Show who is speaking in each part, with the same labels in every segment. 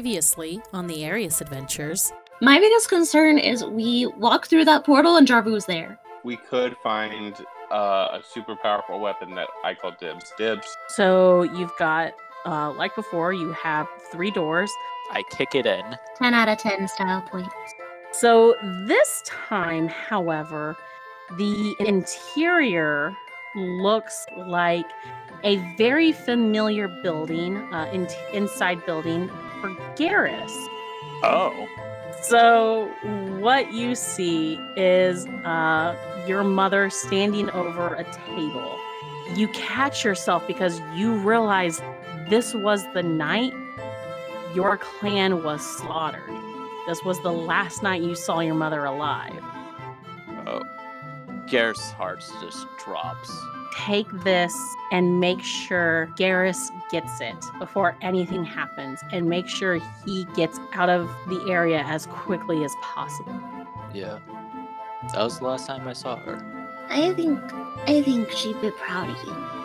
Speaker 1: previously on the Arius Adventures.
Speaker 2: My biggest concern is we walk through that portal and Jarvu was there.
Speaker 3: We could find uh, a super powerful weapon that I call dibs. Dibs.
Speaker 4: So you've got, uh, like before, you have three doors.
Speaker 5: I kick it in.
Speaker 2: 10 out of 10 style points.
Speaker 4: So this time, however, the interior looks like a very familiar building, uh, in- inside building for Garrus.
Speaker 5: Oh.
Speaker 4: So, what you see is uh, your mother standing over a table. You catch yourself because you realize this was the night your clan was slaughtered. This was the last night you saw your mother alive.
Speaker 5: Oh. Gareth's heart just drops.
Speaker 4: Take this and make sure Garrus gets it before anything happens, and make sure he gets out of the area as quickly as possible.
Speaker 5: Yeah. That was the last time I saw her.
Speaker 2: I think I think she'd be proud of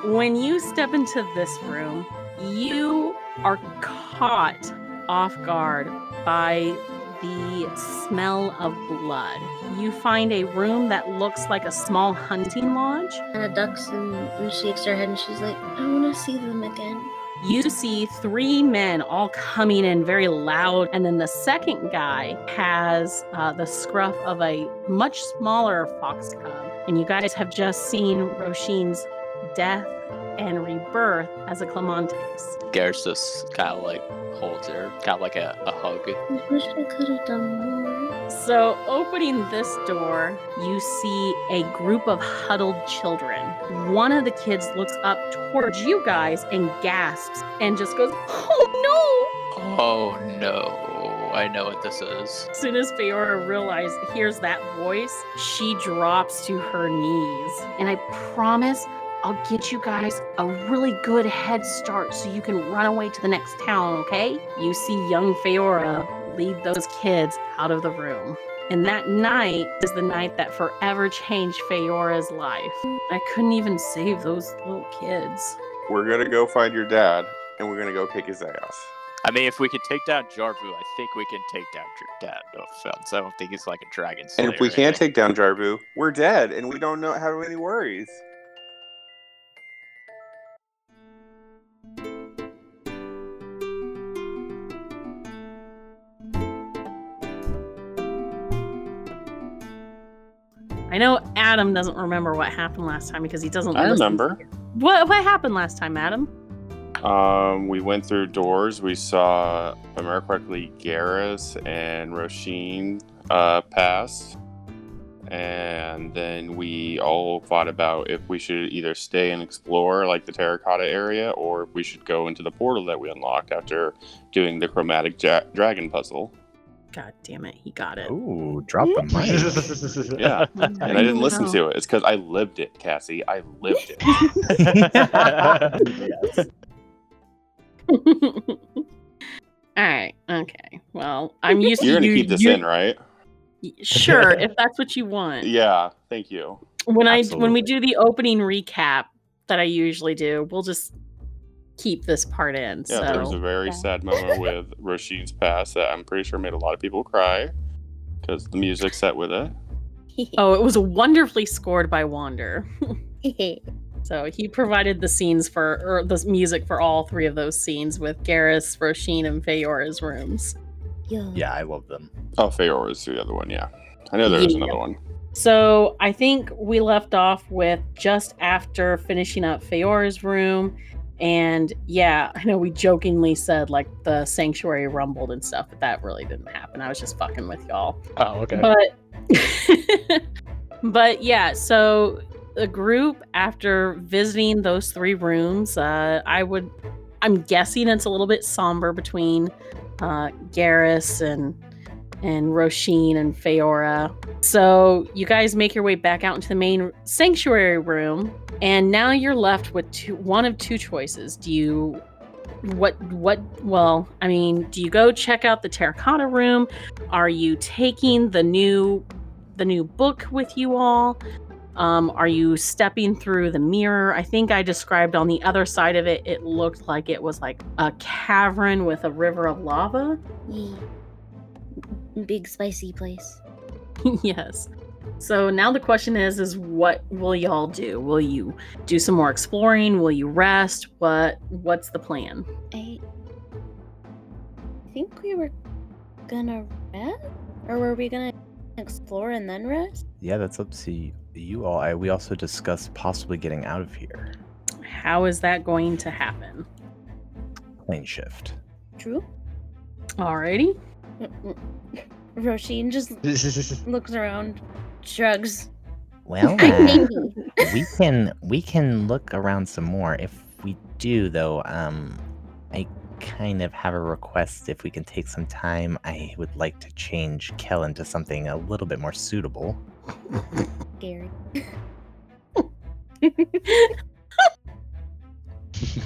Speaker 2: you.
Speaker 4: When you step into this room, you are caught off guard by the smell of blood. You find a room that looks like a small hunting lodge.
Speaker 2: Anna ducks and, and shakes her head and she's like, I wanna see them again.
Speaker 4: You see three men all coming in very loud, and then the second guy has uh, the scruff of a much smaller fox cub. And you guys have just seen Roshin's death and rebirth as a Clemontes.
Speaker 5: Gareth just kind of like holds her, kind of like a, a hug.
Speaker 2: I wish I could have done more.
Speaker 4: So, opening this door, you see a group of huddled children. One of the kids looks up towards you guys and gasps and just goes, Oh
Speaker 5: Oh no. I know what this is.
Speaker 4: no! As soon as Feora realizes, hears that voice, she drops to her knees. And I promise I'll get you guys a really good head start so you can run away to the next town, okay? You see young Feora lead those kids out of the room. And that night is the night that forever changed Feora's life. I couldn't even save those little kids.
Speaker 3: We're gonna go find your dad, and we're gonna go kick his ass.
Speaker 5: I mean, if we can take down Jarvu, I think we can take down your dad. No offense. I don't think he's like a dragon.
Speaker 3: And if we
Speaker 5: slayer or
Speaker 3: can't take down Jarbu, we're dead, and we don't know have any worries.
Speaker 4: I know Adam doesn't remember what happened last time because he doesn't.
Speaker 3: I
Speaker 4: listen.
Speaker 3: remember.
Speaker 4: What what happened last time, Adam?
Speaker 3: Um, we went through doors. We saw, if I remember correctly, Garrus and Roshin uh, pass. And then we all thought about if we should either stay and explore, like the terracotta area, or if we should go into the portal that we unlocked after doing the chromatic ja- dragon puzzle.
Speaker 4: God damn it, he got it.
Speaker 6: Ooh, drop the mic.
Speaker 3: Yeah. And I didn't listen to it. It's because I lived it, Cassie. I lived it. Oh.
Speaker 4: All right. Okay. Well, I'm used
Speaker 3: You're
Speaker 4: to
Speaker 3: going to
Speaker 4: you-
Speaker 3: keep this
Speaker 4: you-
Speaker 3: in, right?
Speaker 4: Sure, if that's what you want.
Speaker 3: Yeah. Thank you.
Speaker 4: When I when we
Speaker 6: Absolutely.
Speaker 4: do the opening recap that I usually do, we'll just keep this part in.
Speaker 3: Yeah, there was
Speaker 4: so
Speaker 3: a very
Speaker 2: yeah.
Speaker 3: sad moment with Rasheen's pass that I'm pretty sure made a lot of people cry because the music set with it.
Speaker 4: Oh, it was wonderfully scored by Wander. So he provided the scenes for or the music for all three of those scenes with Garrus, Roshin, and Feyora's rooms.
Speaker 6: yeah, I love them.
Speaker 3: Oh, Feyor was the other one, yeah. I know there was
Speaker 4: Yeah.
Speaker 3: another one.
Speaker 4: So I think we left off with just after finishing up Feora's room. And yeah, I know we jokingly said like the sanctuary rumbled and stuff, but that really didn't happen. I was just fucking with y'all.
Speaker 6: Oh, okay.
Speaker 4: But but yeah, so the group after visiting those three rooms, uh, I would I'm guessing it's a little bit somber between uh Garrus and and Roshin and Feora. So you guys make your way back out into the main sanctuary room, and now you're left with two, one of two choices. Do you what what well, I mean, do you go check out the terracotta room? Are you taking the new the new book with you all? Um, are you stepping through the mirror? I think I described on the other side of it, it looked like it was like a cavern with a river of lava.
Speaker 2: Yee. Big spicy place.
Speaker 4: yes. So now the question is is what will y'all do? Will you do some more exploring? Will you rest? What what's the plan?
Speaker 2: I think we were gonna rest, or were we gonna explore and then rest?
Speaker 6: Yeah, that's up to you all. I, we also discussed possibly getting out of here.
Speaker 4: How is that going to happen?
Speaker 6: Plane shift.
Speaker 2: True.
Speaker 4: Alrighty.
Speaker 2: Roshin just looks around, shrugs.
Speaker 6: Well, uh,
Speaker 2: Maybe.
Speaker 6: we can we can look around some more. If we do, though, um, I kind of have a request. If we can take some time, I would like to change Kellen to something a little bit more suitable.
Speaker 2: Scary.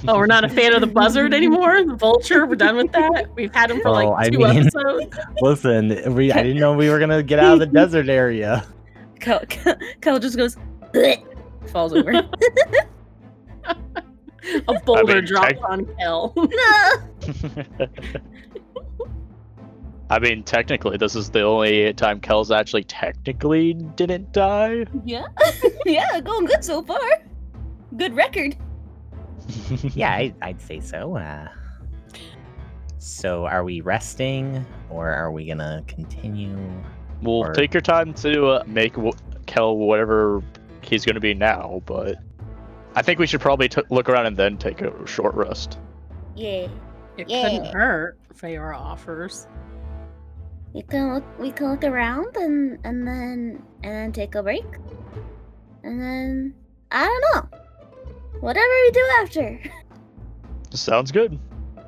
Speaker 4: oh, we're not a fan of the buzzard anymore? The vulture, we're done with that. We've had him for
Speaker 6: Oh,
Speaker 4: like
Speaker 6: I
Speaker 4: two
Speaker 6: mean-
Speaker 4: episodes.
Speaker 6: Listen, we, I didn't know we were gonna get out of the desert area.
Speaker 2: Kel, Kel, Kel just goes, "Bleh," falls over.
Speaker 4: A boulder
Speaker 5: mean,
Speaker 4: dropped
Speaker 5: tech-
Speaker 4: on Kel.
Speaker 5: I mean, technically, this is the only time Kells actually technically didn't die.
Speaker 2: yeah, yeah, going good so far. Good record.
Speaker 6: Yeah, I, I'd say so. Uh, so, are we resting, or are we gonna continue?
Speaker 5: We'll
Speaker 6: Or-
Speaker 5: take your time to uh, make w- Kel whatever he's going to be now, but I think we should probably t- look around and then take a short rest.
Speaker 2: Yeah,
Speaker 4: It couldn't
Speaker 2: Yeah.
Speaker 4: hurt Feyre offers.
Speaker 2: you can look. We can look around and and then and then take a break, and then I don't know. Whatever we do after.
Speaker 5: Sounds good.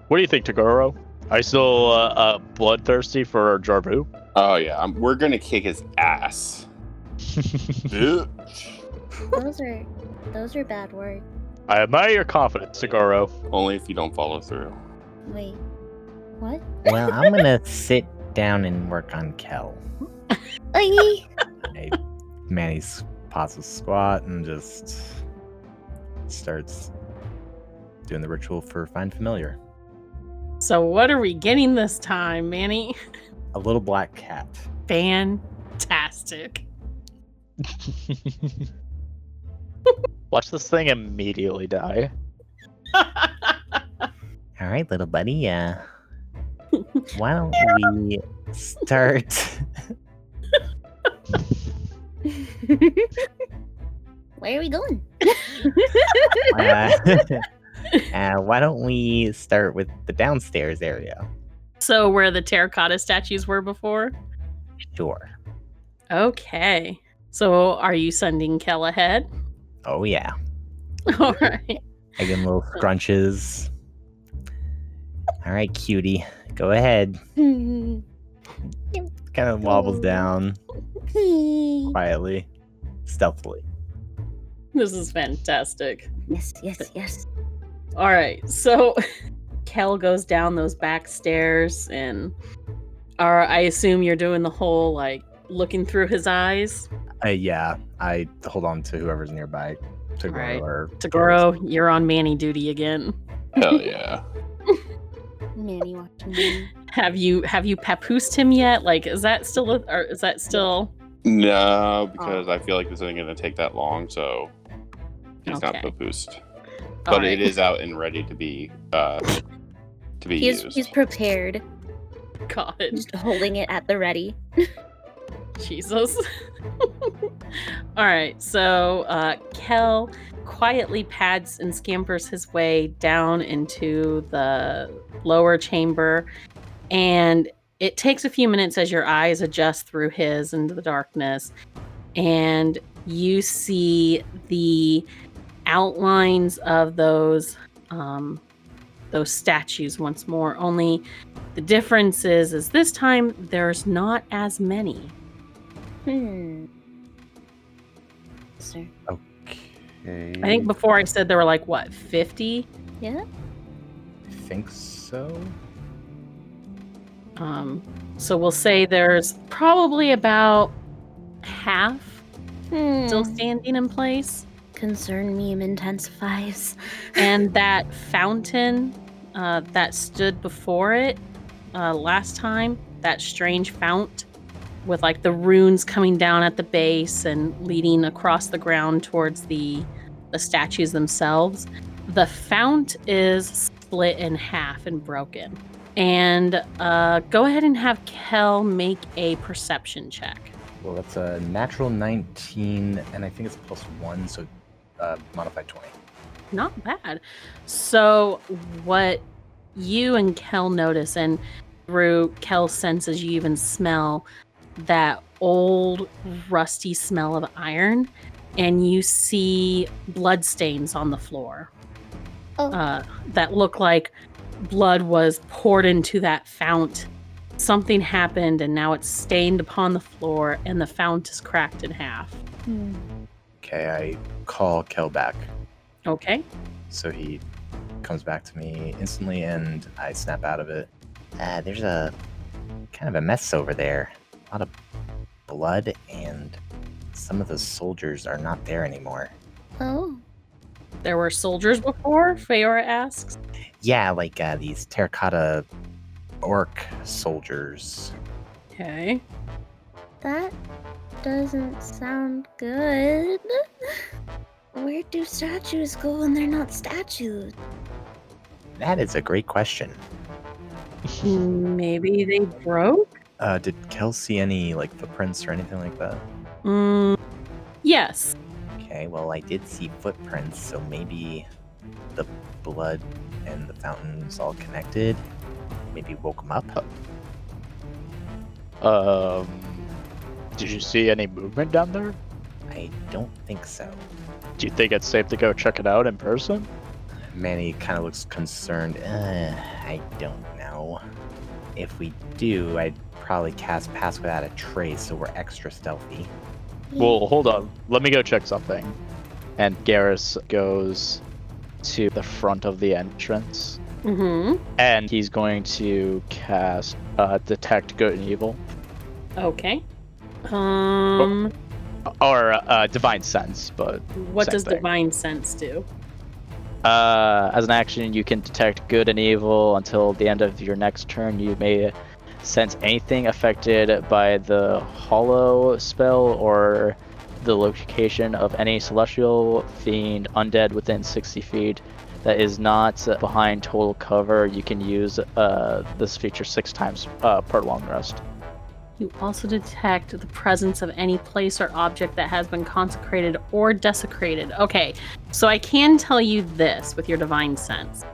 Speaker 5: What do you think, Tagoro? Are you still uh, uh, bloodthirsty for Jarvu?
Speaker 3: Oh yeah, I'm, we're gonna kick his ass. Bitch.
Speaker 2: Those are those are bad words.
Speaker 5: I admire your confidence, Tagoro.
Speaker 3: Only if you don't follow through.
Speaker 2: Wait, what?
Speaker 6: Well, I'm gonna sit down and work on Kel.
Speaker 2: Ay,
Speaker 6: Manny's pops a squat and just starts doing the ritual for find familiar.
Speaker 4: So what are we getting this time, Manny?
Speaker 6: A little black cat.
Speaker 4: Fantastic.
Speaker 5: Watch this thing immediately die.
Speaker 6: All right, little buddy. Uh, why don't we start?
Speaker 2: where are we going?
Speaker 6: Uh, uh, why don't we start with the downstairs area?
Speaker 4: so where the terracotta statues were before?
Speaker 6: Sure.
Speaker 4: Okay. So are you sending Kel ahead?
Speaker 6: Oh yeah.
Speaker 4: All right.
Speaker 6: I give him little scrunches. All right, cutie, go ahead. Kind of wobbles down
Speaker 2: yes,
Speaker 6: quietly, stealthily.
Speaker 4: This is fantastic.
Speaker 2: yes, yes.
Speaker 4: All right. So Kel goes down those back stairs and or I assume you're doing the whole like looking through his eyes.
Speaker 6: Uh, yeah, I hold on to whoever's nearby. Tagoro
Speaker 4: Right.
Speaker 6: or
Speaker 4: Tagoro, you're on Manny duty again.
Speaker 3: Hell yeah.
Speaker 2: Manny watching me.
Speaker 4: Have you have you papoosed him yet? Like is that still a, or is that still
Speaker 3: No, because I feel like this isn't gonna take that long, so he's
Speaker 4: Okay.
Speaker 3: not papoosed.
Speaker 4: All
Speaker 3: But it is out and ready to be uh to be
Speaker 2: He's
Speaker 3: used.
Speaker 2: he's prepared,
Speaker 4: God.
Speaker 2: just holding it at the ready.
Speaker 4: Jesus. All right, so uh, Kel quietly pads and scampers his way down into the lower chamber, and it takes a few minutes as your eyes adjust through his into the darkness, and you see the outlines of those um, those statues once more. Only the difference is, is this time there's not as many.
Speaker 2: Hmm. Sir.
Speaker 6: Okay.
Speaker 4: I
Speaker 3: Mm.
Speaker 4: think before I said there were like what fifty.
Speaker 6: think so.
Speaker 4: Um, so we'll say there's probably about half still
Speaker 2: Mm.
Speaker 4: standing in place.
Speaker 2: Concern meme intensifies.
Speaker 4: and that fountain uh, that stood before it uh, last time, that strange fount with like the runes coming down at the base and leading across the ground towards the the statues themselves. The fount is split in half and broken. And uh, go ahead and have Kel make a perception check.
Speaker 6: Well, that's a natural 19, and I think it's plus one, so uh, modified 20.
Speaker 4: Not bad. So, what you and Kel notice, and through Kel's senses, you even smell that old, rusty smell of iron, and you see bloodstains on the floor
Speaker 2: Oh.
Speaker 4: uh, that look like blood was poured into that fount. Something happened, and now it's stained upon the floor, and the fount is cracked in half.
Speaker 2: Hmm.
Speaker 6: Okay, I call Kel back.
Speaker 4: Okay.
Speaker 6: So he comes back to me instantly, and I snap out of it. Uh, there's a kind of a mess over there. A lot of blood, and some of the soldiers are not there anymore.
Speaker 2: Oh.
Speaker 4: There were soldiers before, Feora asks.
Speaker 6: Yeah, like uh, these terracotta orc soldiers.
Speaker 4: Okay.
Speaker 2: That doesn't sound good. Where do statues go when they're not statues?
Speaker 6: That is a great question.
Speaker 5: Mm-hmm.
Speaker 4: Maybe they broke?
Speaker 6: Uh, did Kel see any like footprints or anything like that?
Speaker 4: Mm, yes.
Speaker 6: Okay, well, I did see footprints, so maybe the blood and the fountain's all connected. Maybe woke him up.
Speaker 5: Um, did you see any movement down there?
Speaker 6: I don't think so.
Speaker 5: Do you think it's safe to go check it out in person?
Speaker 6: Manny kind of looks concerned. Uh, I don't know. If we do, I'd probably cast Pass Without a Trace, so we're extra stealthy.
Speaker 5: Well, hold on. Let me go check something. And Garrus goes to the front of the entrance,
Speaker 4: Mm-hmm.
Speaker 5: and he's going to cast uh, Detect Good and Evil,
Speaker 4: Okay.
Speaker 5: Oh,
Speaker 4: Um,
Speaker 5: or uh, Divine Sense. But
Speaker 4: what
Speaker 5: same
Speaker 4: does
Speaker 5: thing.
Speaker 4: divine sense do?
Speaker 5: uh, as an action, you can detect good and evil until the end of your next turn. You may sense anything affected by the Hollow spell or the location of any celestial fiend undead within 60 feet that is not behind total cover. You can use uh, this feature six times uh, per long rest.
Speaker 4: You also detect the presence of any place or object that has been consecrated or desecrated. Okay, so I can tell you this with your divine sense.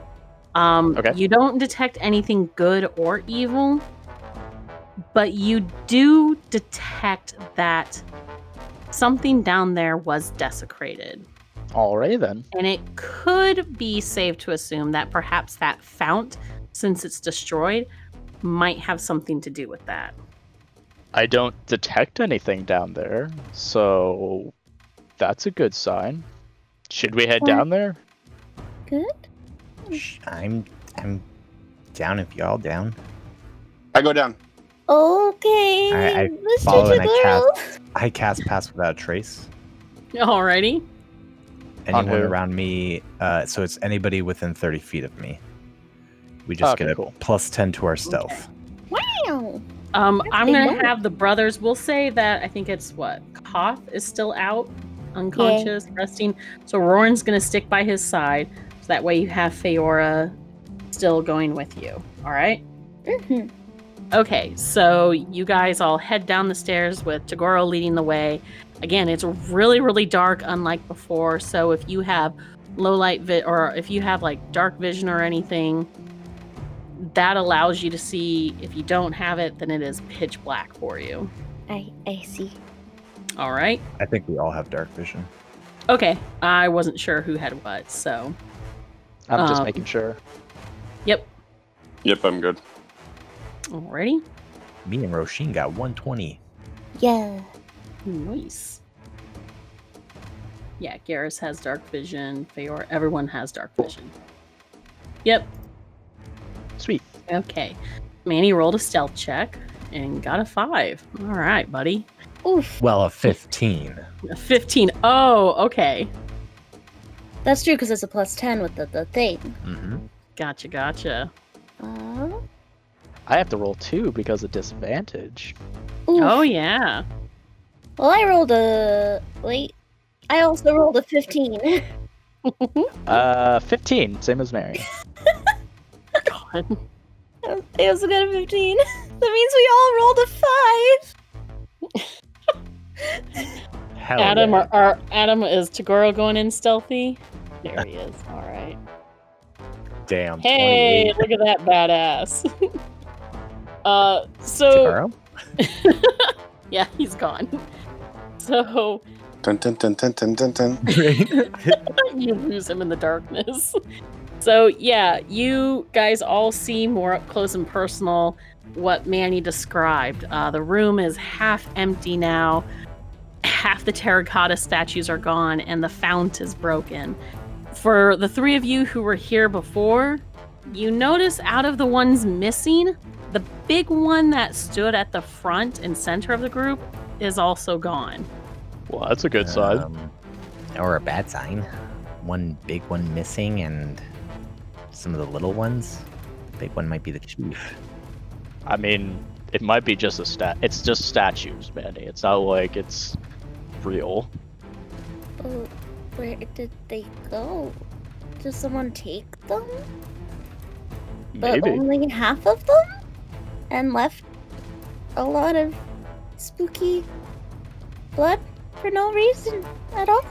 Speaker 4: Um,
Speaker 5: Okay.
Speaker 4: You don't detect anything good or evil, but you do detect that something down there was desecrated.
Speaker 5: Alright then.
Speaker 4: And it could be safe to assume that perhaps that fount, since it's destroyed, might have something to do with that.
Speaker 5: I don't detect anything down there, so that's a good sign. Should we head down there?
Speaker 2: Good?
Speaker 6: Sh- I'm, I'm down if y'all down.
Speaker 3: I go down.
Speaker 2: Okay.
Speaker 6: I- I
Speaker 2: Mr.
Speaker 6: follow and I
Speaker 2: Jabril.
Speaker 6: I cast Pass Without a Trace.
Speaker 4: Alrighty.
Speaker 5: On
Speaker 6: anyone
Speaker 5: who?
Speaker 6: around me. Uh, so it's anybody within 30 feet of me. We just
Speaker 5: Okay,
Speaker 6: get a
Speaker 5: cool.
Speaker 6: plus 10 to our stealth.
Speaker 2: Ow.
Speaker 4: Um, I'm
Speaker 2: they
Speaker 4: gonna
Speaker 2: don't.
Speaker 4: have the brothers. We'll say that I think it's what Koth is still out, unconscious, resting. So Roran's gonna stick by his side, so that way you have Feora still going with you. All right.
Speaker 2: Mhm.
Speaker 4: Okay, so you guys all head down the stairs with Tagoro leading the way. Again, it's really, really dark, unlike before. So if you have low light vi- or if you have like dark vision or anything, that allows you to see. If you don't have it, then it is pitch black for you.
Speaker 2: I I see.
Speaker 4: All right.
Speaker 6: I think we all have dark vision.
Speaker 4: Okay, I wasn't sure who had what, so
Speaker 5: I'm just
Speaker 4: Um,
Speaker 5: making sure.
Speaker 4: yep.
Speaker 3: Yep, I'm good.
Speaker 4: Alrighty,
Speaker 6: Me and Roshin got 120.
Speaker 2: Yeah.
Speaker 4: nice. Yeah, Garrus has dark vision. Feor, everyone has dark vision. Yep.
Speaker 5: Sweet.
Speaker 4: Okay. Manny rolled a stealth check and got a five. All right, buddy.
Speaker 2: Oof.
Speaker 6: Well, a 15.
Speaker 4: 15. Oh, okay.
Speaker 2: That's true because it's a plus 10 with the, the thing.
Speaker 6: Mm-hmm.
Speaker 4: Gotcha, gotcha.
Speaker 2: Uh,
Speaker 5: I have to roll two because of disadvantage.
Speaker 2: oof.
Speaker 4: Oh, yeah.
Speaker 2: Well, I rolled a. Wait. I also rolled a 15.
Speaker 5: Uh, 15, same as Mary.
Speaker 4: God.
Speaker 2: It was a good 15. That means we all rolled a 5.
Speaker 6: Hell
Speaker 4: Adam,
Speaker 6: yeah.
Speaker 4: or or Adam, is Tagoro going in stealthy? There he is. All right.
Speaker 6: Damn.
Speaker 4: Hey, look at that badass. uh, so
Speaker 6: 28. Tagoro?
Speaker 4: yeah, he's gone. So
Speaker 3: Dun, dun, dun, dun, dun, dun, dun.
Speaker 4: you lose him in the darkness. So yeah, you guys all see more up close and personal what Manny described. Uh, the room is half empty now. Half the terracotta statues are gone, and the fount is broken. For the three of you who were here before, you notice out of the ones missing, the big one that stood at the front and center of the group is also gone.
Speaker 5: Well, that's a good
Speaker 6: Um, or a bad sign. One big one missing and some of the little ones. Big one might be the chief.
Speaker 5: I mean, it might be just a stat. It's just statues, Manny. It's not like it's real.
Speaker 2: Oh, where did they go? Did someone take them? But
Speaker 5: Maybe.
Speaker 2: only half of them? And left a lot of spooky blood for no reason at all?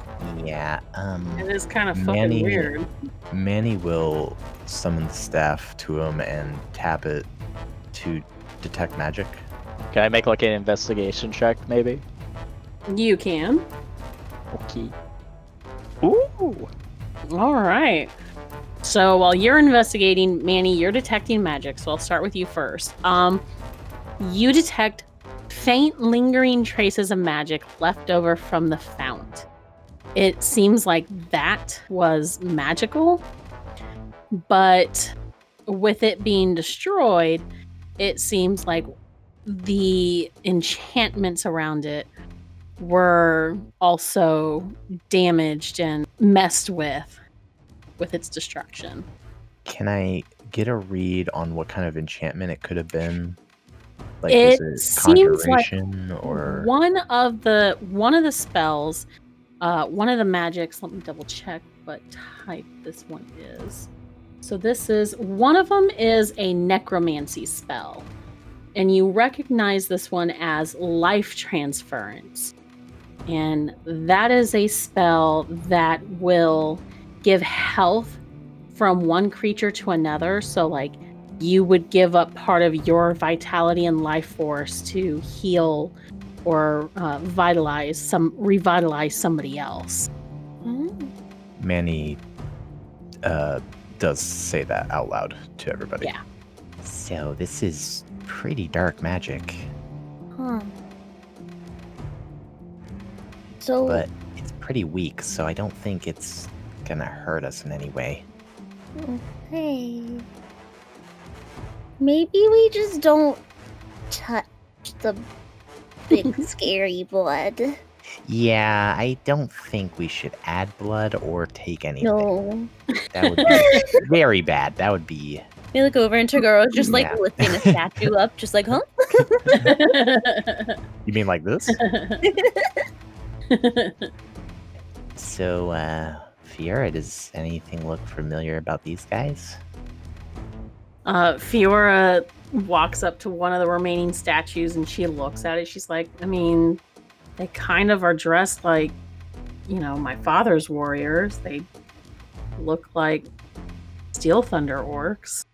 Speaker 6: Yeah.
Speaker 4: It
Speaker 6: Um,
Speaker 4: is kind of fucking
Speaker 6: Manny-
Speaker 4: weird.
Speaker 6: Manny will summon the staff to him and tap it to detect magic.
Speaker 5: Can I make like an investigation check, maybe?
Speaker 4: You can.
Speaker 5: Okay. Ooh.
Speaker 4: All right. So while you're investigating, Manny, you're detecting magic. So I'll start with you first. Um, you detect faint, lingering traces of magic left over from the fount. It seems like that was magical, but with it being destroyed, it seems like the enchantments around it were also damaged and messed with with its destruction.
Speaker 6: Can I get a read on what kind of enchantment it could have been? Like,
Speaker 4: It
Speaker 6: is it
Speaker 4: seems like
Speaker 6: conjuration or
Speaker 4: one of the one of the spells, uh, one of the magics. Let me double check what type this one is. So this is one of them is a necromancy spell, and you recognize this one as life transference, and that is a spell that will give health from one creature to another. So like. You would give up part of your vitality and life force to heal or uh, vitalize some revitalize somebody else.
Speaker 6: Manny uh, does say that out loud to everybody.
Speaker 4: Yeah.
Speaker 6: So this is pretty dark magic,
Speaker 2: Huh. So,
Speaker 6: but it's pretty weak, so I don't think it's gonna hurt us in any way.
Speaker 2: hey. Maybe we just don't touch the big scary blood.
Speaker 6: Yeah, I don't think we should add blood or take anything.
Speaker 2: No.
Speaker 6: That would be very bad. That would be
Speaker 2: We look over and Tagoro's just like
Speaker 6: Yeah.
Speaker 2: lifting a statue up, just like, huh?
Speaker 6: You mean like this? So uh Fiora, does anything look familiar about these guys?
Speaker 4: uh, Fiora walks up to one of the remaining statues and she looks at it. She's like, I mean, they kind of are dressed like, you know, my father's warriors. They look like Steel Thunder orcs.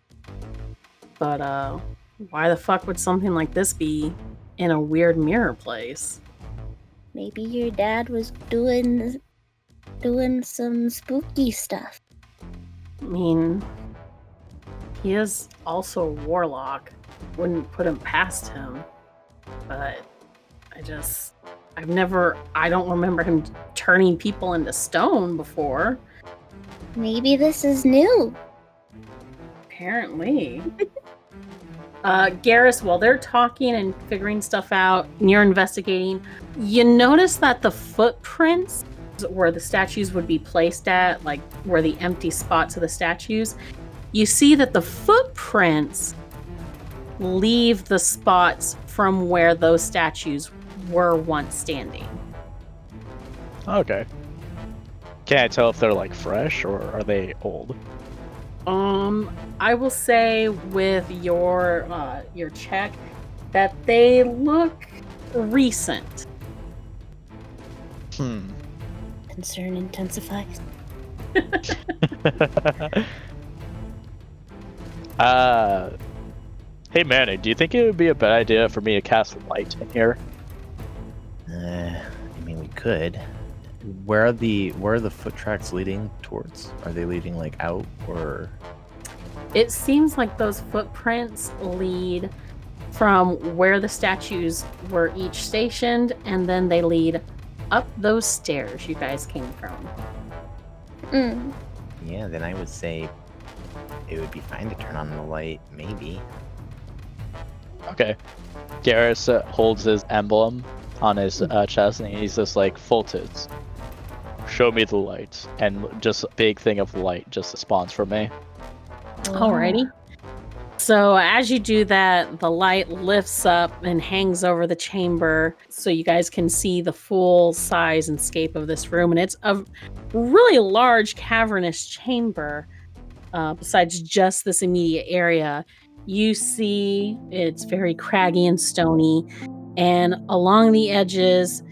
Speaker 4: But uh, why the fuck would something like this be in a weird mirror place?
Speaker 2: Maybe your dad was doing doing some spooky stuff.
Speaker 4: I mean, he is also a warlock. Wouldn't put him past him. But I just, I've never, I don't remember him turning people into stone before.
Speaker 2: Maybe this is new.
Speaker 4: Apparently. Uh, Garrus, while they're talking and figuring stuff out, and you're investigating, you notice that the footprints where the statues would be placed at, like where the empty spots of the statues, you see that the footprints leave the spots from where those statues were once standing.
Speaker 5: Okay. Can I tell if they're like fresh or are they old?
Speaker 4: Um, I will say with your uh, your check that they look recent.
Speaker 5: Hmm.
Speaker 2: Concern intensifies.
Speaker 5: uh, hey Manny, do you think it would be a bad idea for me to cast light in here?
Speaker 6: Uh, I mean, we could. Where are the where are the foot tracks leading towards? Are they leading like out or?
Speaker 4: It seems like those footprints lead from where the statues were each stationed, and then they lead up those stairs you guys came from.
Speaker 2: Mm.
Speaker 6: Yeah, then I would say it would be fine to turn on the light, maybe.
Speaker 5: Okay. Garrus uh, holds his emblem on his uh, chest and he's just like, Fultis, show me the light. And just a big thing of light just spawns from me.
Speaker 4: Alrighty. So as you do that, the light lifts up and hangs over the chamber so you guys can see the full size and scape of this room. And it's a really large cavernous chamber. Uh, besides just this immediate area, you see it's very craggy and stony. And along the edges,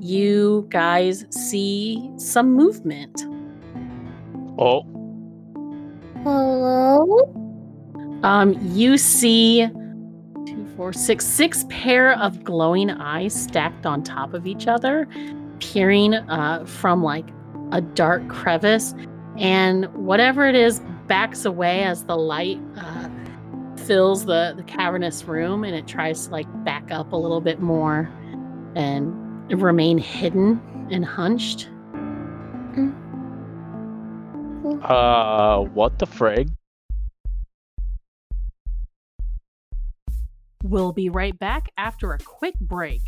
Speaker 4: you guys see some movement.
Speaker 5: Oh,
Speaker 2: Hello?
Speaker 4: Um, you see two, four, six, six pair of glowing eyes stacked on top of each other, peering uh, from like a dark crevice, and whatever it is backs away as the light uh, fills the the cavernous room, and it tries to like back up a little bit more and remain hidden and hunched.
Speaker 5: uh, what the frig?
Speaker 4: We'll be right back after a quick break.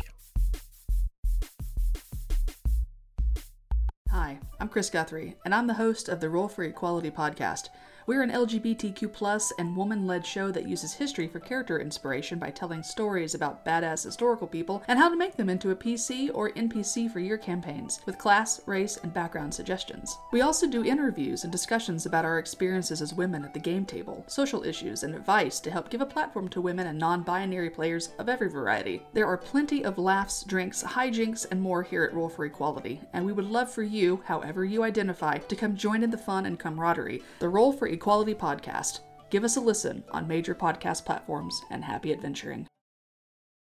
Speaker 7: Hi, I'm Chris Guthrie, and I'm the host of the Roll for Equality podcast. We're an LGBTQ plus and woman led show that uses history for character inspiration by telling stories about badass historical people and how to make them into a PC or NPC for your campaigns, with class, race, and background suggestions. We also do interviews and discussions about our experiences as women at the game table, social issues, and advice to help give a platform to women and non binary players of every variety. There are plenty of laughs, drinks, hijinks, and more here at Roll for Equality, and we would love for you, however you identify, to come join in the fun and camaraderie. The Roll for Equality podcast. Give us a listen on major podcast platforms and happy adventuring.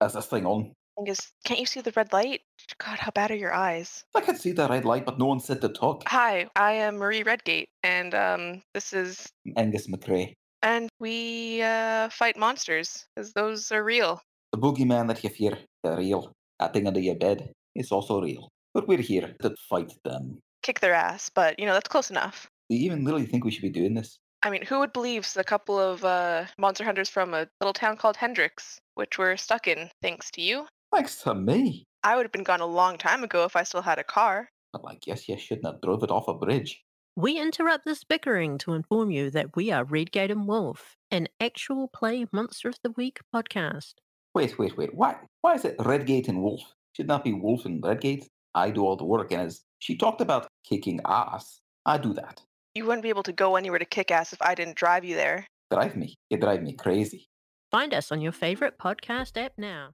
Speaker 8: Is this thing on?
Speaker 9: thing is, can't you see the red light? God, how bad are your eyes?
Speaker 8: I can see the red light, but no one said to talk.
Speaker 9: Hi, I am Marie Redgate, and um, this is,
Speaker 8: Angus McRae,
Speaker 9: and we uh, fight monsters, because those are real.
Speaker 8: the boogeyman that you fear, they're real. That thing under your bed is also real. But we're here to fight them.
Speaker 9: Kick their ass, but you know that's close enough.
Speaker 8: Do you even really think we should be doing this?
Speaker 9: I mean, who would believe a couple of uh, monster hunters from a little town called Hendrix, which we're stuck in thanks to you?
Speaker 8: Thanks to me.
Speaker 9: I would have been gone a long time ago if I still had a car.
Speaker 8: But I guess you shouldn't have drove it off a bridge.
Speaker 10: We interrupt this bickering to inform you that we are Redgate and Wolf, an actual play Monster of the Week podcast.
Speaker 8: Wait, wait, wait. Why? Why is it Redgate and Wolf? Should not be Wolf and Redgate. I do all the work, and as she talked about kicking ass, I do that.
Speaker 9: You wouldn't be able to go anywhere to kick ass if I didn't drive you there.
Speaker 8: Drive me. You drive me crazy.
Speaker 10: Find us on your favorite podcast app now.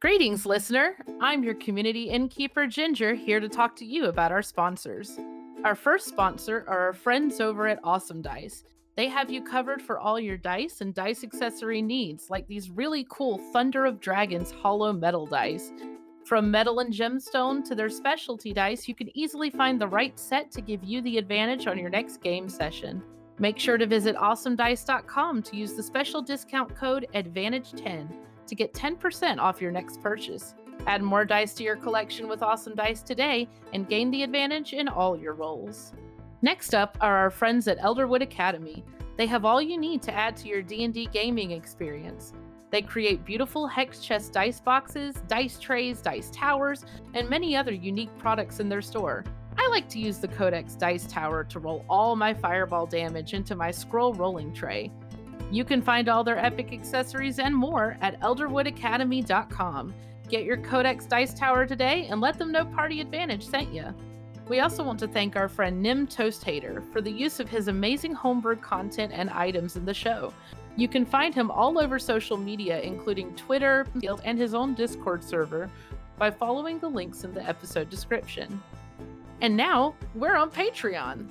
Speaker 11: Greetings, listener. I'm your community innkeeper, Ginger, here to talk to you about our sponsors. Our first sponsor are our friends over at Awesome Dice. They have you covered for all your dice and dice accessory needs, like these really cool Thunder of Dragons hollow metal dice. From metal and gemstone to their specialty dice, you can easily find the right set to give you the advantage on your next game session. Make sure to visit awesomedice.com to use the special discount code ADVANTAGE10 to get 10% off your next purchase. Add more dice to your collection with Awesome Dice today and gain the advantage in all your rolls. Next up are our friends at Elderwood Academy. They have all you need to add to your D&D gaming experience. They create beautiful hex chest dice boxes, dice trays, dice towers, and many other unique products in their store. I like to use the Codex Dice Tower to roll all my fireball damage into my scroll rolling tray. You can find all their epic accessories and more at elderwoodacademy.com. Get your Codex Dice Tower today and let them know Party Advantage sent you. We also want to thank our friend Nim Toast Hater for the use of his amazing homebrewed content and items in the show. You can find him all over social media, including Twitter and his own Discord server, by following the links in the episode description. And now we're on Patreon.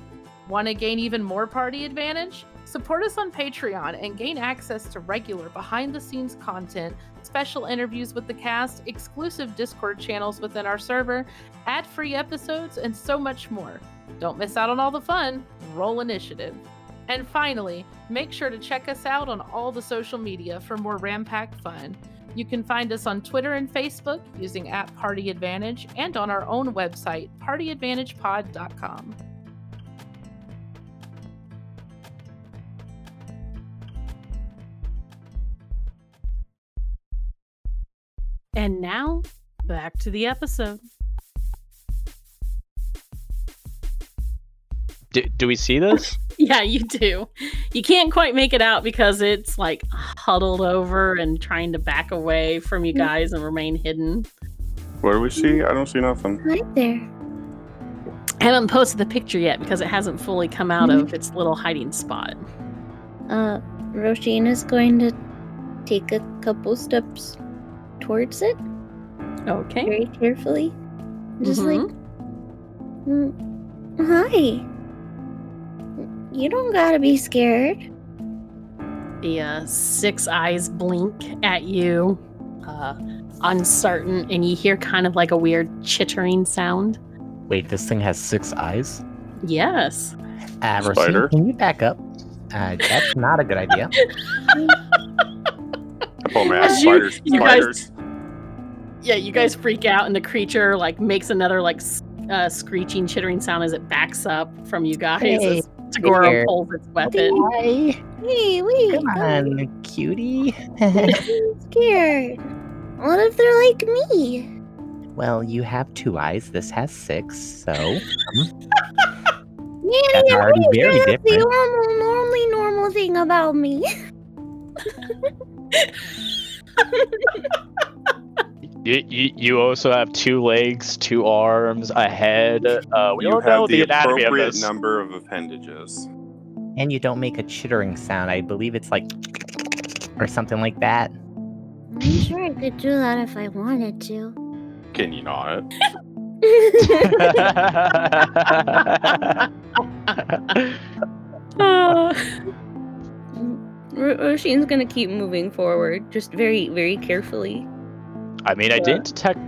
Speaker 11: Want to gain even more party advantage? Support us on Patreon and gain access to regular behind the scenes content, special interviews with the cast, exclusive Discord channels within our server, ad free episodes, and so much more. Don't miss out on all the fun. Roll initiative. And finally, make sure to check us out on all the social media for more Rampack fun. You can find us on Twitter and Facebook using at Party Advantage and on our own website, partyadvantagepod.com. And now, back to the episode.
Speaker 5: Do, do we see this?
Speaker 4: Yeah, you do. You can't quite make it out because it's like huddled over and trying to back away from you guys and remain hidden.
Speaker 3: What do we see? I don't see nothing.
Speaker 2: Right there.
Speaker 4: I haven't posted the picture yet because it hasn't fully come out of its little hiding spot.
Speaker 2: Uh, Roisin is going to take a couple steps towards it
Speaker 4: Okay.
Speaker 2: very carefully. Just
Speaker 4: Mhm.
Speaker 2: like,
Speaker 12: Mm-hmm.
Speaker 2: "Mm, hi. You don't gotta be scared.
Speaker 4: The uh, six eyes blink at you, uh, uncertain, and you hear kind of like a weird chittering sound.
Speaker 6: Wait, this thing has six eyes?
Speaker 4: Yes.
Speaker 6: Uh, Racine,
Speaker 3: Spider?
Speaker 6: can you back up? Uh, that's not a good idea.
Speaker 3: Oh man,
Speaker 4: As you-
Speaker 3: spiders!
Speaker 4: you guys-
Speaker 3: spiders!
Speaker 4: Yeah, you guys freak out, and the creature like makes another like s- uh, screeching, chittering sound as it backs up from you guys.
Speaker 6: Hey,
Speaker 4: as Tagoro
Speaker 6: dear.
Speaker 4: pulls its weapon.
Speaker 6: Hi.
Speaker 2: Hey, wait,
Speaker 6: Come
Speaker 2: don't
Speaker 6: on, cutie.
Speaker 2: be scared. What if they're like me?
Speaker 6: well, you have two eyes. This has six, so um,
Speaker 2: Man,
Speaker 6: That's
Speaker 2: I'm
Speaker 6: already
Speaker 2: pretty sure
Speaker 6: very
Speaker 2: that's the
Speaker 6: different.
Speaker 2: normal, only normal thing about me.
Speaker 5: You, you, you also have two legs, two arms, a head. Uh, we
Speaker 3: you
Speaker 5: don't know
Speaker 3: have
Speaker 5: the,
Speaker 3: the,
Speaker 5: anatomy of
Speaker 3: appropriate
Speaker 5: this.
Speaker 3: number of appendages.
Speaker 6: and you don't make a chittering sound. I believe it's like or something like that.
Speaker 2: I'm sure I could do that if I wanted to.
Speaker 3: Can you not?
Speaker 12: Roshin's gonna keep moving forward, just very, very carefully.
Speaker 5: I mean, I didn't detect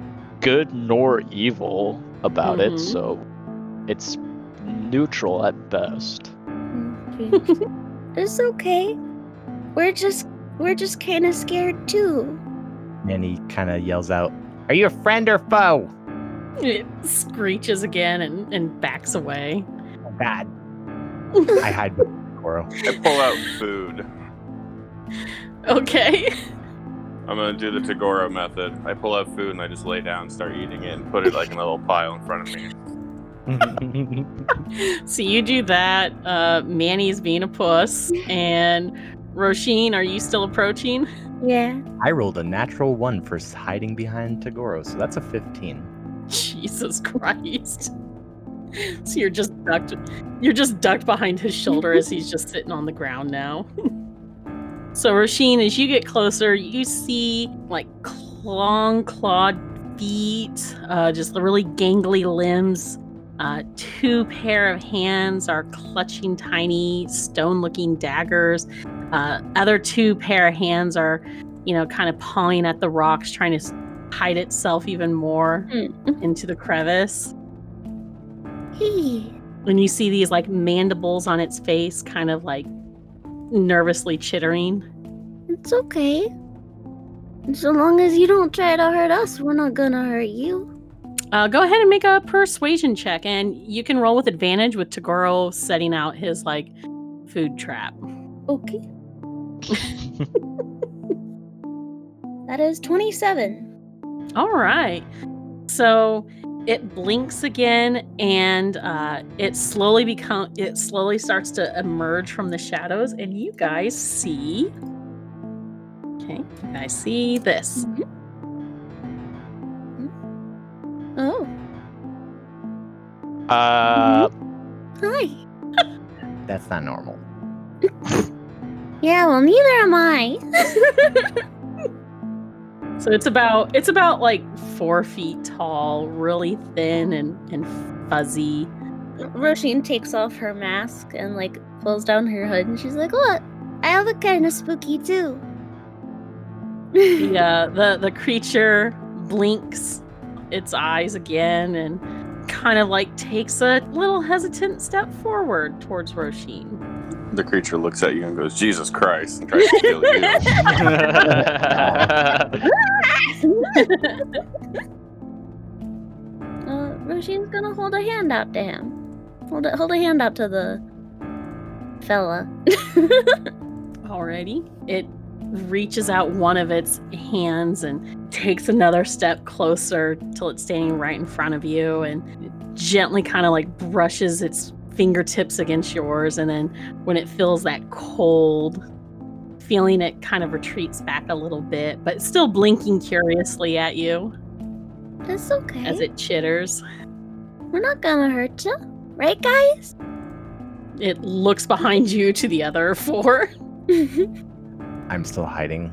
Speaker 5: good nor evil about
Speaker 4: Mhm.
Speaker 5: it, so it's neutral at best.
Speaker 2: Okay. Mm-hmm. it's okay. We're just we're just kind of scared too.
Speaker 6: And he kind of yells out, "Are you a friend or foe?"
Speaker 4: It screeches again and, and backs away.
Speaker 6: Oh, God, I hide behind Goro.
Speaker 3: I pull out food.
Speaker 4: Okay.
Speaker 3: I'm gonna do the Tagoro method. I pull out food and I just lay down, start eating it, and put it like in a little pile in front of me.
Speaker 4: so you do that. Uh, Manny's being a puss, and Roisin, are you still approaching?
Speaker 2: Yeah.
Speaker 6: I rolled a natural one for s- hiding behind Tagoro, so that's a 15.
Speaker 4: Jesus Christ. So you're just ducked. You're just ducked behind his shoulder as he's just sitting on the ground now. so Roshin, as you get closer, you see like long clawed feet, uh, just the really gangly limbs. Uh, two pair of hands are clutching tiny stone-looking daggers. Uh, other two pair of hands are, you know, kind of pawing at the rocks, trying to s- hide itself even more into the crevice.
Speaker 2: Hey.
Speaker 4: And you see these like mandibles on its face, kind of like nervously chittering.
Speaker 2: It's okay. So long as you don't try to hurt us, we're not gonna hurt you.
Speaker 4: Uh, go ahead and make a persuasion check, and you can roll with advantage with Tagoro setting out his like food trap.
Speaker 2: Okay. that is 27.
Speaker 4: All right. So it blinks again, and uh, it slowly become it slowly starts to emerge from the shadows, and you guys see. Okay, you guys see this.
Speaker 2: Oh.
Speaker 5: Uh,
Speaker 2: Hi.
Speaker 6: That's not normal.
Speaker 2: Yeah, well, neither am I.
Speaker 4: So it's about it's about like four feet tall, really thin and and fuzzy.
Speaker 2: Roisin takes off her mask and, like, pulls down her hood, and she's like, Look, I look kind of spooky too.
Speaker 4: The uh, the the creature blinks its eyes again and kind of like takes a little hesitant step forward towards Roisin.
Speaker 3: The creature looks at you and goes, Jesus Christ, and tries to kill you.
Speaker 2: Uh, Roisin's gonna hold a hand out to him. Hold a, hold a hand out to the fella.
Speaker 4: Alrighty. It reaches out one of its hands and takes another step closer till it's standing right in front of you and it gently kind of like brushes its fingertips against yours and then when it feels that cold feeling it kind of retreats back a little bit but still blinking curiously at you
Speaker 2: That's okay.
Speaker 4: as it chitters
Speaker 2: We're not gonna hurt you, right, guys?
Speaker 4: it looks behind you to the other four
Speaker 6: I'm still hiding.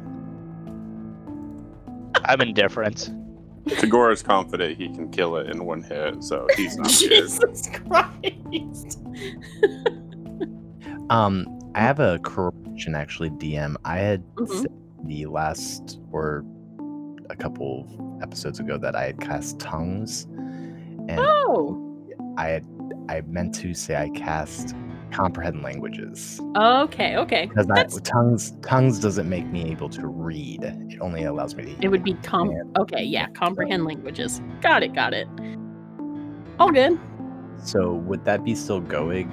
Speaker 5: I'm indifferent.
Speaker 3: Tagora's confident he can kill it in one hit, so he's not scared.
Speaker 4: jesus christ
Speaker 6: Um, I have a correction actually, DM. I had
Speaker 4: Mhm.
Speaker 6: said the last or a couple of episodes ago that I had cast tongues, and
Speaker 4: oh
Speaker 6: I had I meant to say I cast comprehend languages
Speaker 4: okay okay
Speaker 6: because that
Speaker 4: That's-
Speaker 6: tongues tongues doesn't make me able to read. It only allows me to.
Speaker 4: It would be com. Okay, yeah, comprehend languages. Got it, got it. All good.
Speaker 6: So would that be still going?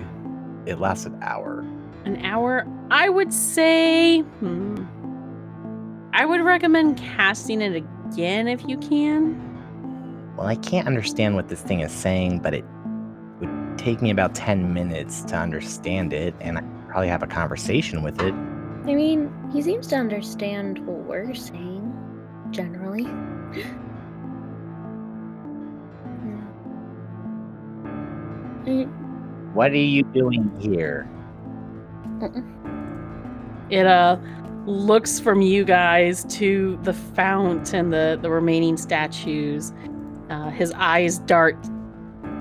Speaker 6: It lasts an hour.
Speaker 4: An hour. I would say. Hmm, I would recommend casting it again if you can.
Speaker 6: Well, I can't understand what this thing is saying, but it would take me about 10 minutes to understand it, and I could probably have a conversation with it.
Speaker 2: I mean, he seems to understand what we're saying, generally. Yeah. Eh,
Speaker 6: What are you doing here?
Speaker 4: It uh looks from you guys to the fount and the the remaining statues. Uh, his eyes dart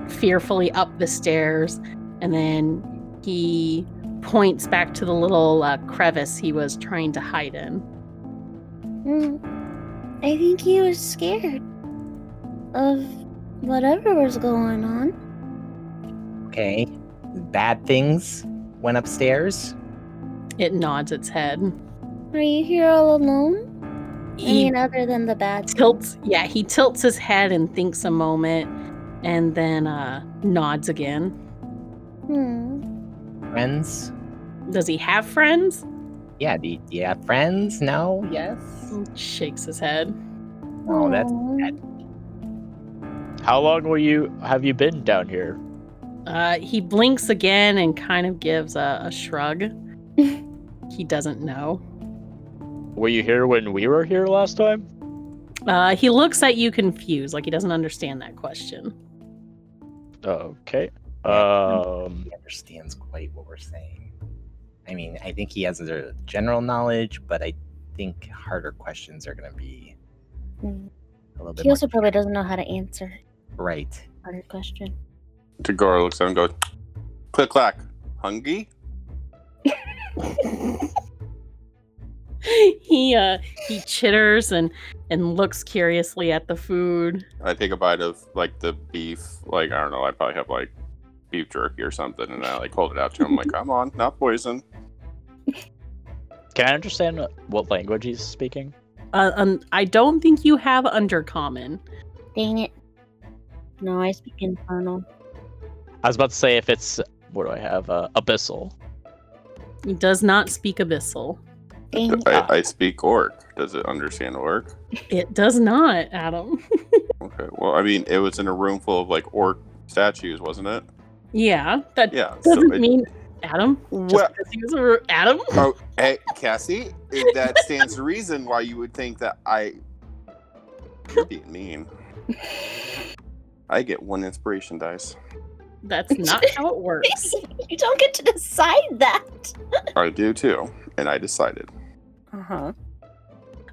Speaker 4: fearfully up the stairs, and then he points back to the little uh, crevice he was trying to hide in.
Speaker 2: mm, I think he was scared of whatever was going on.
Speaker 6: Okay. Bad things went upstairs.
Speaker 4: It nods its head.
Speaker 2: Are you here all alone? I
Speaker 4: He
Speaker 2: mean, other than the bad.
Speaker 4: tilts, yeah, he tilts his head and thinks a moment, and then uh, nods again.
Speaker 2: Hmm.
Speaker 6: Friends?
Speaker 4: Does he have friends?
Speaker 6: Yeah, do you, do you have friends? No? Yes?
Speaker 4: Shakes his head.
Speaker 6: Oh, that's
Speaker 2: Aw.
Speaker 6: bad.
Speaker 5: How long were you? Have you been down here?
Speaker 4: Uh, he blinks again and kind of gives a, a shrug. he doesn't know.
Speaker 5: Were you here when we were here last time?
Speaker 4: Uh, he looks at you confused, like he doesn't understand that question.
Speaker 5: Okay.
Speaker 6: He
Speaker 5: Um.
Speaker 6: understands quite what we're saying. I mean, I think he has a general knowledge, but I think harder questions are going to be
Speaker 2: Hmm.
Speaker 6: a little bit
Speaker 2: He
Speaker 6: more
Speaker 2: also probably doesn't know how to answer
Speaker 6: right.
Speaker 2: our question.
Speaker 3: Tagora looks at him and goes, Click clack, hungry?
Speaker 4: he uh, he chitters and and looks curiously at the food.
Speaker 3: I take a bite of like the beef, like I don't know, I probably have like beef jerky or something, and I like hold it out to him like, Come on, not poison.
Speaker 5: Can I understand what language he's speaking?
Speaker 4: Uh, um, I don't think you have undercommon.
Speaker 2: Dang it. No, I speak infernal.
Speaker 5: I was about to say if it's what do I have? Uh, abyssal.
Speaker 4: He does not speak abyssal.
Speaker 3: I, I speak orc. Does it understand orc?
Speaker 4: It does not, Adam.
Speaker 3: Okay. Well, I mean, it was in a room full of like orc statues, wasn't it?
Speaker 4: Yeah, that
Speaker 3: Yeah, so
Speaker 4: doesn't
Speaker 3: it-
Speaker 4: mean Adam. Just
Speaker 3: Well-
Speaker 4: because he was a, Adam.
Speaker 3: Oh, hey, Cassie, if that stands to reason why you would think that I. You're being mean. I get one inspiration dice.
Speaker 4: That's not how it works.
Speaker 2: you don't get to decide that.
Speaker 3: I do too, and I decided.
Speaker 2: Uh-huh.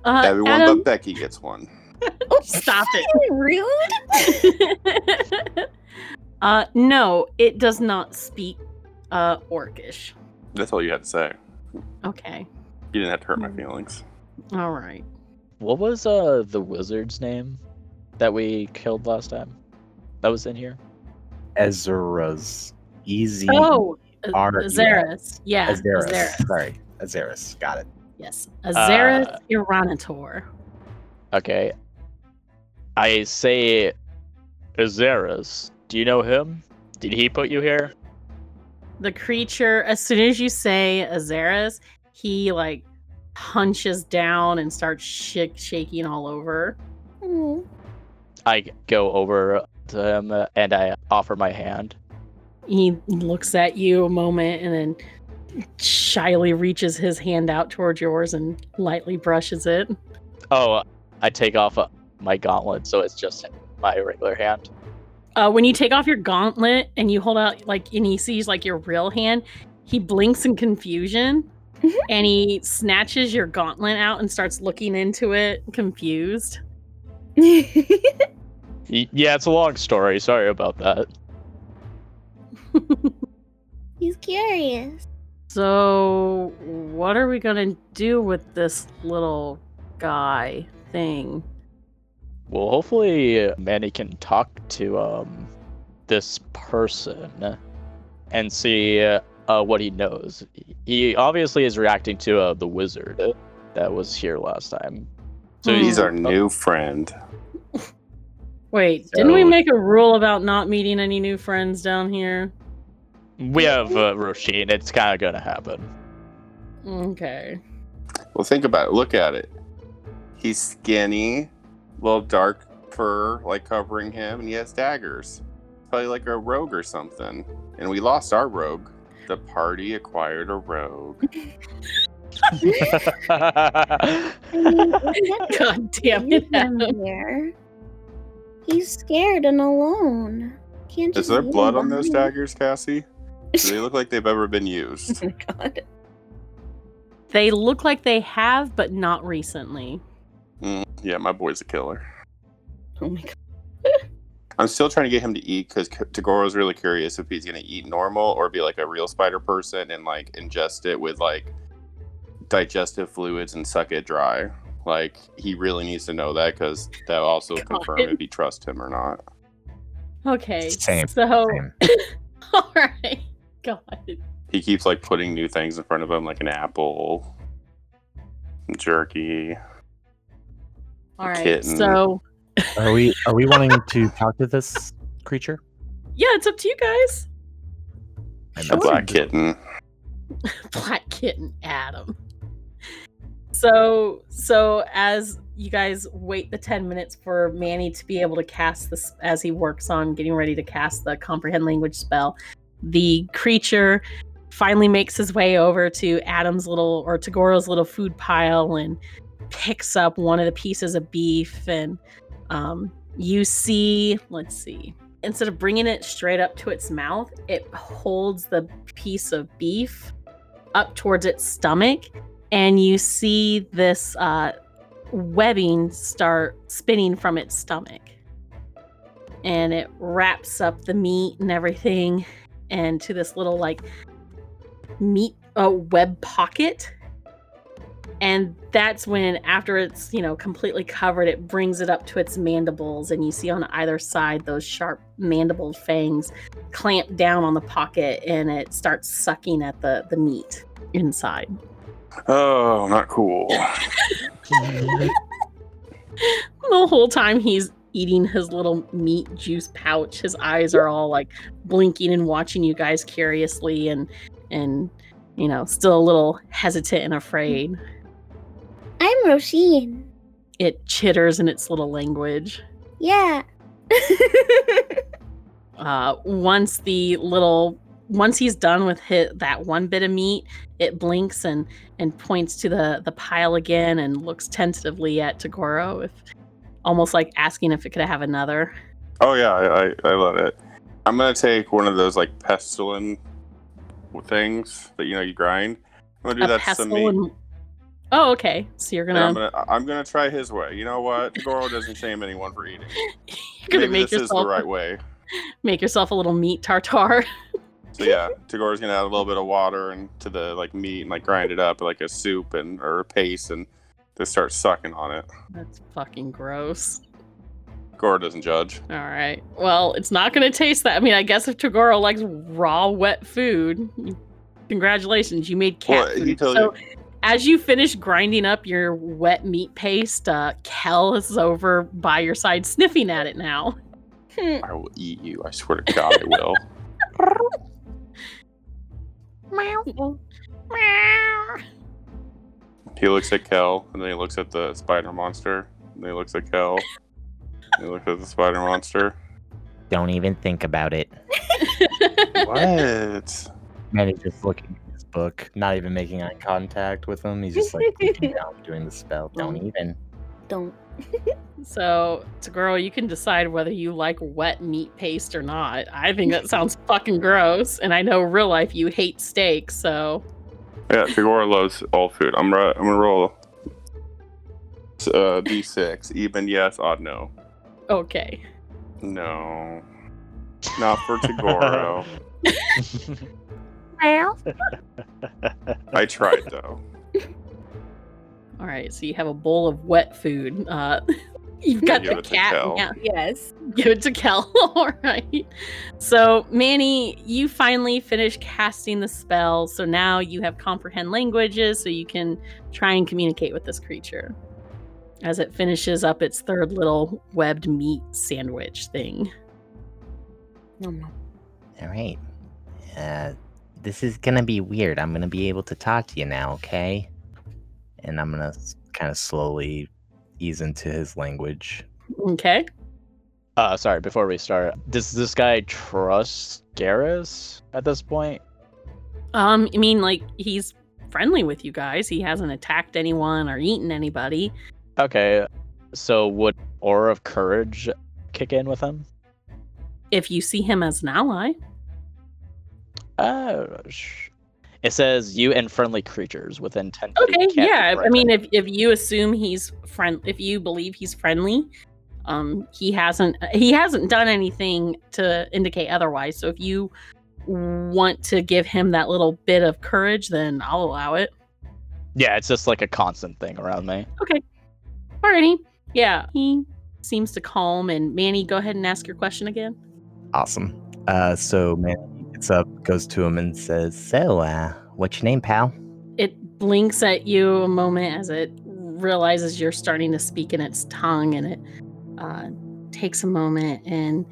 Speaker 4: Uh,
Speaker 3: Everyone
Speaker 4: Adam,
Speaker 3: but Becky gets one.
Speaker 4: stop it.
Speaker 2: Rude.
Speaker 4: Uh, no, it does not speak uh, orcish.
Speaker 3: That's all you had to say.
Speaker 4: Okay.
Speaker 3: You didn't have to hurt my feelings.
Speaker 4: All right.
Speaker 5: What was uh the wizard's name that we killed last time? That was in here.
Speaker 6: Ezra's easy.
Speaker 3: Mm-hmm.
Speaker 4: Oh, A-
Speaker 6: R- E
Speaker 4: Azaris. Yeah.
Speaker 6: Azaris.
Speaker 4: Azaris.
Speaker 6: Sorry, Azaris. Got it.
Speaker 4: Yes. Azaris Iranitor.
Speaker 5: Okay. I say, Azaras. Do you know him? Did he put you here?
Speaker 4: The creature, as soon as you say Azaris, he like hunches down and starts shak shaking all over.
Speaker 2: Oh,
Speaker 5: I go over to him uh, and I offer my hand.
Speaker 4: He looks at you a moment and then shyly reaches his hand out towards yours and lightly brushes it.
Speaker 5: Oh, I take off uh, my gauntlet, so it's just my regular hand.
Speaker 4: Uh, when you take off your gauntlet and you hold out like and he sees like your real hand, he blinks in confusion and he snatches your gauntlet out and starts looking into it, confused.
Speaker 5: Y- yeah, it's a long story. Sorry about that.
Speaker 2: He's curious.
Speaker 4: So what are we gonna do with this little guy thing?
Speaker 5: Well, hopefully, Manny can talk to um this person and see uh, what he knows. He obviously is reacting to uh, the wizard that was here last time. So uh,
Speaker 3: He's our new friend.
Speaker 4: Wait, didn't we
Speaker 5: So-
Speaker 4: make a rule about not meeting any new friends down here?
Speaker 5: We have uh, Roshin. It's kind of gonna happen.
Speaker 4: Okay.
Speaker 3: Well, think about it. Look at it. He's skinny, little dark fur like covering him, and he has daggers. Probably like a rogue or something. And we lost our rogue. The party acquired a rogue.
Speaker 2: I mean, we have to
Speaker 4: God damn
Speaker 2: leave
Speaker 4: it,
Speaker 2: him
Speaker 4: Adam.
Speaker 2: here. He's scared and alone. Can't
Speaker 3: Is
Speaker 2: just
Speaker 3: there
Speaker 2: leave him Oh
Speaker 3: blood on those
Speaker 2: behind.
Speaker 3: daggers, Cassie? Do they look like they've ever been used?
Speaker 12: Oh my god.
Speaker 4: They look like they have, but not recently.
Speaker 3: Mm, yeah, my boy's a killer.
Speaker 12: Oh my god.
Speaker 3: I'm still trying to get him to eat because Tagoro's really curious if he's going to eat normal or be like a real spider person and like ingest it with like digestive fluids and suck it dry. Like he really needs to know that because that will also confirm if you trust him or not.
Speaker 4: Okay.
Speaker 6: Same,
Speaker 4: So
Speaker 6: same.
Speaker 4: all right. God.
Speaker 3: He keeps like putting new things in front of him, like an apple, jerky.
Speaker 4: All right.
Speaker 3: kitten.
Speaker 4: So
Speaker 6: Are we are we wanting to talk to this creature?
Speaker 4: yeah, it's up to you guys.
Speaker 3: A black kitten.
Speaker 4: Black kitten Adam. So so as you guys wait the 10 minutes for Manny to be able to cast this as he works on getting ready to cast the comprehend language spell, the creature finally makes his way over to Adam's little or Tagoro's little food pile and picks up one of the pieces of beef and um, you see let's see instead of bringing it straight up to its mouth it holds the piece of beef up towards its stomach and you see this uh, webbing start spinning from its stomach and it wraps up the meat and everything and to this little like meat uh, web pocket and that's when after it's you know completely covered it brings it up to its mandibles and you see on either side those sharp mandible fangs clamp down on the pocket and it starts sucking at the the meat inside
Speaker 3: Oh, not cool.
Speaker 4: the whole time he's eating his little meat juice pouch his eyes are all like blinking and watching you guys curiously and and you know, still a little hesitant and afraid.
Speaker 2: I'm Roshin.
Speaker 4: It chitters in its little language.
Speaker 2: Yeah.
Speaker 4: Uh, once the little once he's done with hit that one bit of meat, it blinks and and points to the the pile again and looks tentatively at Tagoro, if almost like asking if it could have another.
Speaker 3: Oh yeah, I, I, I love it. I'm gonna take one of those like pestilin things that you know you grind. I'm gonna do
Speaker 4: A
Speaker 3: that to some meat.
Speaker 4: pestle and- Oh, okay. So you're
Speaker 3: And
Speaker 4: gonna,
Speaker 3: I'm gonna I'm gonna try his way. You know what? Goro doesn't shame anyone for eating.
Speaker 4: you're gonna
Speaker 3: Maybe
Speaker 4: make
Speaker 3: this
Speaker 4: yourself
Speaker 3: is the right way.
Speaker 4: make yourself a little meat tartar.
Speaker 3: So yeah, Tagor's gonna add a little bit of water and to the like meat and like grind it up like a soup and or a paste and just start sucking on it.
Speaker 4: That's fucking gross.
Speaker 3: Gore doesn't judge.
Speaker 4: All right. Well, it's not going to taste that. I mean, I guess if Tagoro likes raw, wet food, congratulations, you made cat
Speaker 3: Well, he
Speaker 4: food.
Speaker 3: told
Speaker 4: So,
Speaker 3: you-
Speaker 4: as you finish grinding up your wet meat paste, uh, Kel is over by your side sniffing at it now.
Speaker 3: I will eat you. I swear to God, I will. he looks at Kel and then he looks at the spider monster. And then he looks at Kel. and he looks at the spider monster.
Speaker 6: Don't even think about it.
Speaker 3: What?
Speaker 6: Man is just looking at his book, not even making eye contact with him. He's just like, looking down, doing the spell. Don't even.
Speaker 2: Don't.
Speaker 4: So, Tagoro, you can decide whether you like wet meat paste or not. I think that sounds fucking gross, and I know real life you hate steak, so
Speaker 3: Yeah, Tagore loves all food. I'm right. I'm gonna roll. Uh, D6. Even yes, odd no.
Speaker 4: okay.
Speaker 3: No. Not for Tagoro.
Speaker 2: Meow.
Speaker 3: I tried though.
Speaker 4: All right, so you have a bowl of wet food. Uh, you've got
Speaker 3: Give
Speaker 4: the
Speaker 3: it to
Speaker 4: cat.
Speaker 3: Kel.
Speaker 4: now-
Speaker 12: Yes.
Speaker 4: Give it to Kel. All right. So, Manny, you finally finish casting the spell. So now you have comprehend languages, so you can try and communicate with this creature as it finishes up its third little webbed meat sandwich thing.
Speaker 6: All right. Uh, this is gonna be weird. I'm gonna be able to talk to you now, okay? And I'm gonna kind of slowly ease into his language.
Speaker 4: Okay.
Speaker 5: Uh, sorry, before we start, does this guy trust Garrus at this point?
Speaker 4: Um, I mean, like he's friendly with you guys. He hasn't attacked anyone or eaten anybody.
Speaker 5: Okay, so would Aura of Courage kick in with him?
Speaker 4: If you see him as an ally,
Speaker 5: Uh, sh- it says you and friendly creatures within 10 feet.
Speaker 4: okay,
Speaker 5: can't be
Speaker 4: yeah. I
Speaker 5: friendly."
Speaker 4: mean, if if you assume he's friend, if you believe he's friendly, um, he hasn't he hasn't done anything to indicate otherwise. So if you want to give him that little bit of courage, then I'll allow it.
Speaker 5: Yeah, it's just like a constant thing around me.
Speaker 4: Okay. Alrighty. Yeah. He seems to calm. And Manny, go ahead and ask your question again.
Speaker 6: Awesome. Uh, so man gets up, goes to him, and says, "So, uh, what's your name, pal?"
Speaker 4: it blinks at you a moment as it realizes you're starting to speak in its tongue and it uh, takes a moment and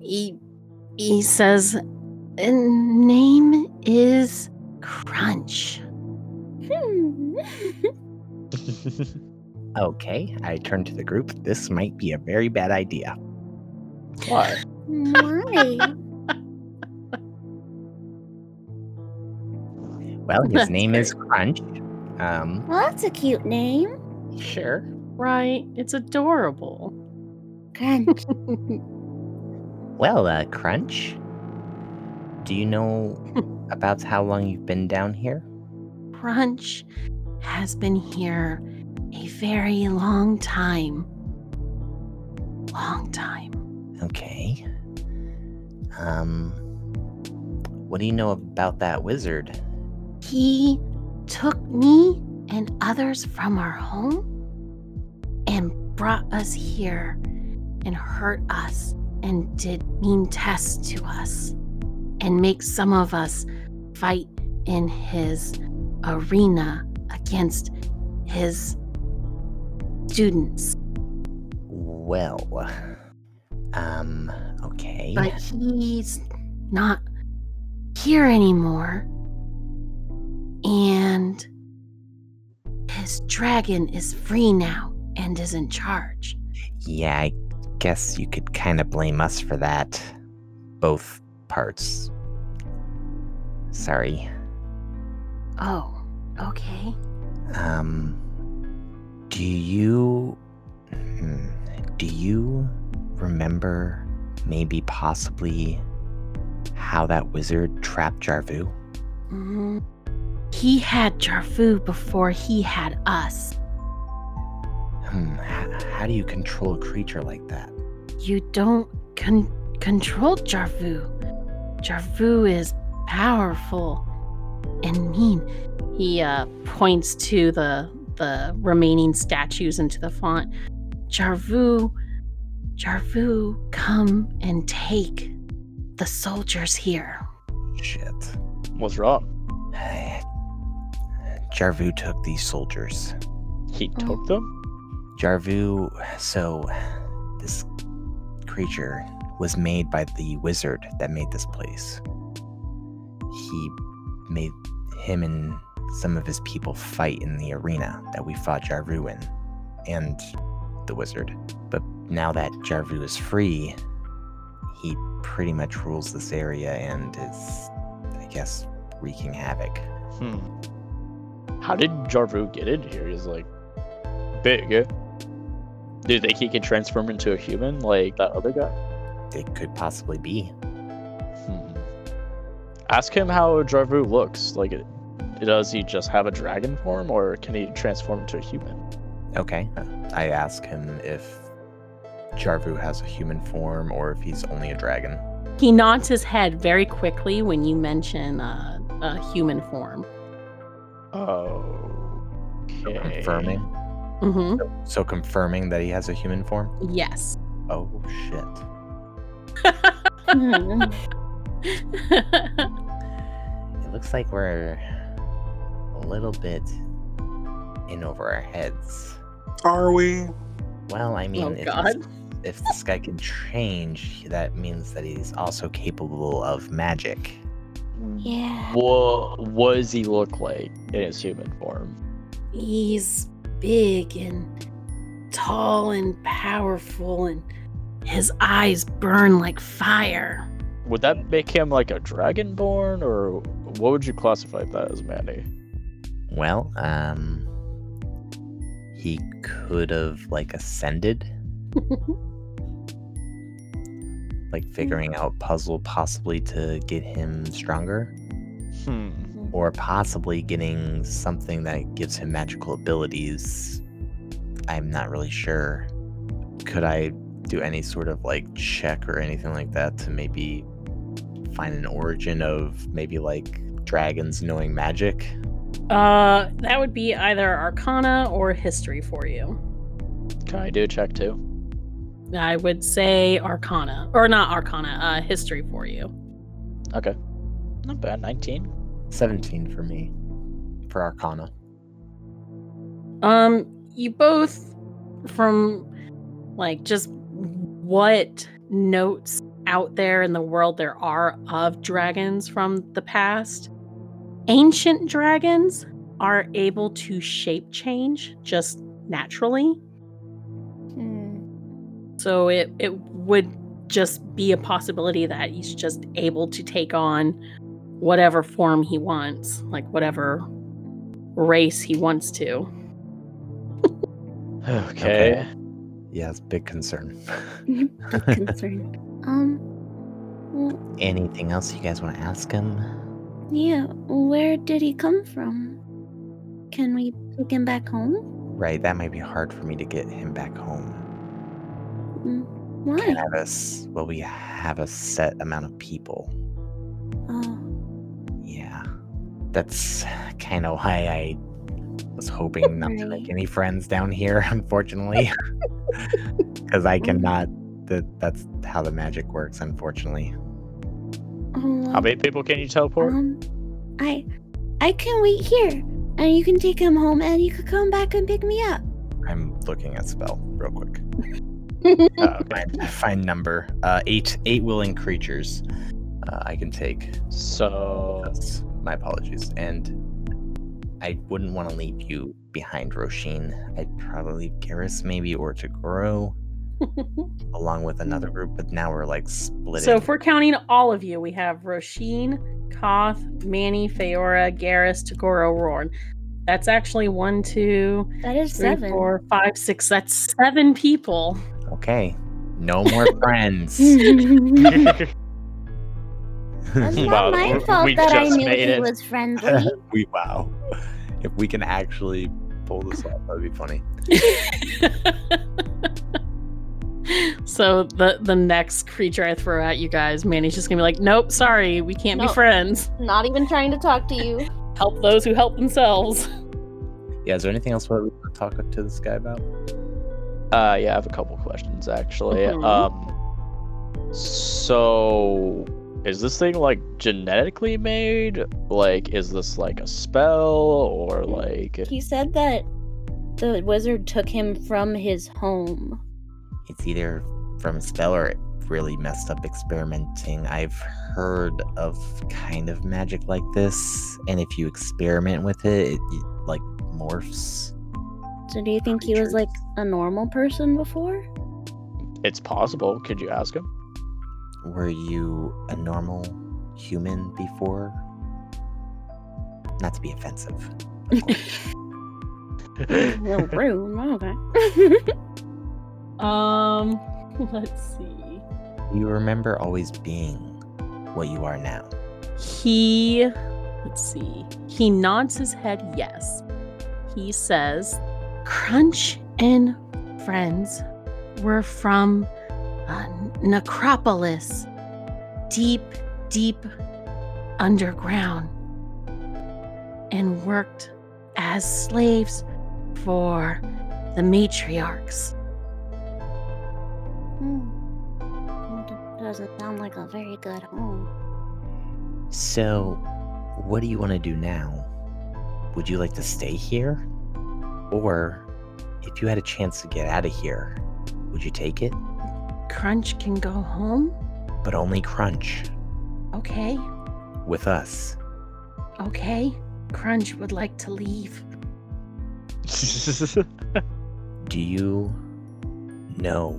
Speaker 4: he, he says "And name is crunch
Speaker 2: Hmm.
Speaker 6: Okay, I turn to the group. This might be a very bad idea.
Speaker 5: Why?
Speaker 2: Why?
Speaker 6: Well, his
Speaker 2: That's
Speaker 6: name is Crunch. Um,
Speaker 2: Well, that's a cute name.
Speaker 6: Sure.
Speaker 4: right it's adorable
Speaker 2: Crunch.
Speaker 6: well, uh, Crunch, do you know about how long you've been down here?
Speaker 1: Crunch has been here a very long time. Long time.
Speaker 6: Okay. Um, what do you know about that wizard?
Speaker 1: He took me and others from our home and brought us here and hurt us and did mean tests to us and make some of us fight in his arena against his students.
Speaker 6: Well, um, okay.
Speaker 1: But he's not here anymore. And his dragon is free now and is in charge.
Speaker 6: Yeah, I guess you could kind of blame us for that. Both parts. Sorry.
Speaker 1: Oh, okay.
Speaker 6: Um, do you hmm, do you remember maybe possibly how that wizard trapped Jarvu?
Speaker 1: Mhm. He had Jarfu before he had us.
Speaker 6: Hmm, h- how do you control a creature like that?
Speaker 1: You don't con- control Jarvu. Jarvu is powerful and mean.
Speaker 4: He uh, points to the the remaining statues into the font.
Speaker 1: Jarvu, Jarvu, come and take the soldiers here.
Speaker 6: Shit.
Speaker 5: What's wrong?
Speaker 6: Jarvu took these soldiers.
Speaker 5: He
Speaker 4: Oh.
Speaker 5: took them?
Speaker 6: Jarvu, so this creature was made by the wizard that made this place. He made him and some of his people fight in the arena that we fought Jarvu in and the wizard. But now that Jarvu is free, he pretty much rules this area and is, I guess, wreaking havoc.
Speaker 5: Hmm. How did Jarvu get in here? He's like big. eh? Do you think he can transform into a human like that other guy?
Speaker 6: It could possibly be.
Speaker 5: Hmm. Ask him how Jarvu looks. Like, it- does he just have a dragon form, or can he transform into a human?
Speaker 6: Okay. Uh, I ask him if Jarvu has a human form or if he's only a dragon.
Speaker 4: He nods his head very quickly when you mention uh, a human form.
Speaker 5: Oh. Okay.
Speaker 6: Confirming.
Speaker 4: hmm
Speaker 6: So confirming that he has a human form?
Speaker 4: Yes.
Speaker 6: Oh shit.
Speaker 2: Hmm.
Speaker 6: It looks like we're a little bit in over our heads.
Speaker 3: Are we?
Speaker 6: Well, I mean,
Speaker 4: Oh,
Speaker 6: if,
Speaker 4: God.
Speaker 6: This, if this guy can change, that means that he's also capable of magic.
Speaker 2: Yeah.
Speaker 5: What, what does he look like in his human form?
Speaker 1: He's big and tall and powerful, and his eyes burn like fire.
Speaker 5: Would that make him like a dragonborn, or what would you classify that as, Manny?
Speaker 6: Well, um, he could have like ascended, like figuring
Speaker 2: Mm-hmm.
Speaker 6: out puzzle possibly to get him stronger,
Speaker 5: Hmm.
Speaker 2: Mm-hmm.
Speaker 6: or possibly getting something that gives him magical abilities. I'm not really sure. Could I do any sort of like check or anything like that to maybe find an origin of maybe like dragons knowing magic?
Speaker 4: Uh, that would be either Arcana or History for you.
Speaker 5: Can I do a check too?
Speaker 4: I would say Arcana, or not Arcana, uh, History for you.
Speaker 5: Okay. Not bad. 19.
Speaker 6: 17 for me for arcana
Speaker 4: Um, you both, from like just what notes out there in the world there are of dragons from the past, ancient dragons are able to shape change just naturally.
Speaker 2: Hmm.
Speaker 4: So it it would just be a possibility that he's just able to take on whatever form he wants, like whatever race he wants to.
Speaker 5: Okay.
Speaker 6: yeah it's a big concern
Speaker 2: Big concern. um. Well,
Speaker 6: anything else you guys want to ask him
Speaker 2: yeah. Where did he come from? Can we take him back home?
Speaker 6: right that might be hard for me to get him back home
Speaker 2: Mm,
Speaker 6: We
Speaker 2: Why?
Speaker 6: have us well we have a set amount of people
Speaker 2: Oh.
Speaker 6: yeah that's kind of why i was hoping not to make
Speaker 2: Right.
Speaker 6: any friends down here unfortunately because i cannot that that's how the magic works unfortunately
Speaker 2: oh
Speaker 5: How many people can you teleport?
Speaker 2: Um, I, I can wait here, and you can take him home, and you could come back and pick me up.
Speaker 6: i'm looking at spell real quick Uh,
Speaker 5: Oh, okay.
Speaker 6: find, find number uh, eight eight willing creatures uh, i can take
Speaker 5: So
Speaker 6: That's- my apologies and I wouldn't want to leave you behind, Roshin. I'd probably leave Garrus maybe or Tagoro along with another group, but now we're like splitting.
Speaker 4: So if we're counting all of you, we have Roshin, Koth, Manny, Feora, Garrus, Tagoro, Rorn. That's actually one, two,
Speaker 2: That is
Speaker 4: three,
Speaker 2: seven.
Speaker 4: four, five, six. That's seven people.
Speaker 6: okay, no more friends.
Speaker 2: It's not my fault that I knew he was friendly.
Speaker 6: we wow. If we can actually pull this off, that'd be funny.
Speaker 4: So the the next creature I throw at you guys, Manny's just gonna be like, "Nope, sorry, we can't
Speaker 12: Nope.
Speaker 4: be friends.
Speaker 12: Not even trying to talk to you.
Speaker 4: Help those who help themselves."
Speaker 6: Yeah, is there anything else we want to talk to this guy about?
Speaker 5: Uh, yeah, I have a couple questions actually.
Speaker 4: Mhm.
Speaker 5: Um, so is this thing like genetically made? Like, is this like a spell or like?
Speaker 2: He said that the wizard took him from his home.
Speaker 6: It's either from a spell or really messed up experimenting. I've heard of kind of magic like this, and if you experiment with it, it, it like morphs.
Speaker 2: So do you think he was like a normal person before?
Speaker 5: It's possible. Could you ask him?
Speaker 6: Were you a normal human before? Not to be offensive.
Speaker 2: Well, rude. Okay.
Speaker 4: Um, let's see.
Speaker 6: You remember always being what you are now.
Speaker 4: He, let's see, he nods his head yes. He says, Crunch and friends were from
Speaker 1: a uh, necropolis deep, deep underground and worked as slaves for the matriarchs.
Speaker 2: Hmm. Doesn't sound like a very good home.
Speaker 6: So, what do you want to do now? Would you like to stay here? Or, if you had a chance to get out of here, would you take it?
Speaker 1: Crunch can go home?
Speaker 6: But only Crunch
Speaker 1: Okay,
Speaker 6: with us.
Speaker 1: okay. Crunch would like to leave.
Speaker 6: Do you know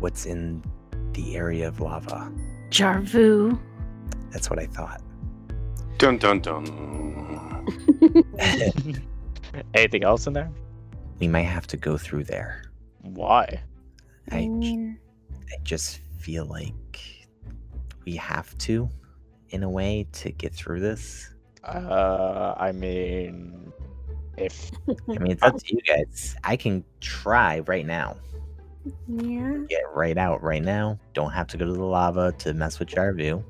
Speaker 6: what's in the area of lava?
Speaker 1: Jarvu,
Speaker 6: That's what I thought.
Speaker 3: Dun dun dun.
Speaker 5: Anything else in there?
Speaker 6: We might have to go through there.
Speaker 5: Why?
Speaker 2: I,
Speaker 6: I, j-
Speaker 2: mean,
Speaker 6: I just feel like we have to, in a way, to get through this.
Speaker 5: Uh, I mean, if
Speaker 6: I mean, it's up to you guys. I can try right now.
Speaker 2: yeah.
Speaker 6: Get right out right now. Don't have to go to the lava to mess with Jarvu.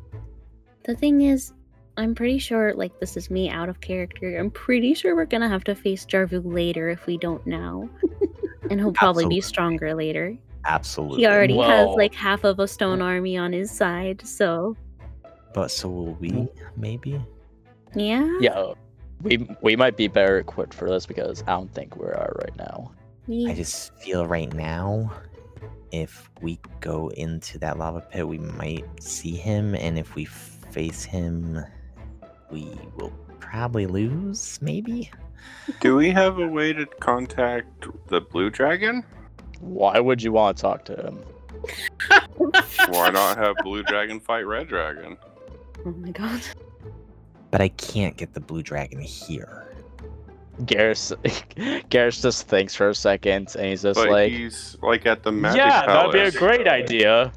Speaker 2: The thing is, I'm pretty sure, like, this is me out of character. I'm pretty sure we're gonna have to face Jarvu later if we don't now. and he'll probably
Speaker 6: Absolutely.
Speaker 2: be stronger later.
Speaker 6: Absolutely.
Speaker 2: He already has,
Speaker 5: Well-
Speaker 2: like, half of a stone army on his side, so.
Speaker 6: But so will we, maybe?
Speaker 2: Yeah?
Speaker 5: yeah, we we might be better equipped for this because I don't think we are right now.
Speaker 2: Yeah.
Speaker 6: I just feel right now, if we go into that lava pit, we might see him. And if we face him, we will probably lose, maybe?
Speaker 3: Do we have a way to contact the blue dragon?
Speaker 5: Why would you want to talk to him?
Speaker 3: Why not have blue dragon fight red dragon?
Speaker 2: Oh my god.
Speaker 6: But I can't get the blue dragon here.
Speaker 5: Garrus, Garrus just thinks for a second and he's just
Speaker 3: but
Speaker 5: like,
Speaker 3: he's like at the magic
Speaker 5: "Yeah, that'd be a
Speaker 3: palace.
Speaker 5: great idea.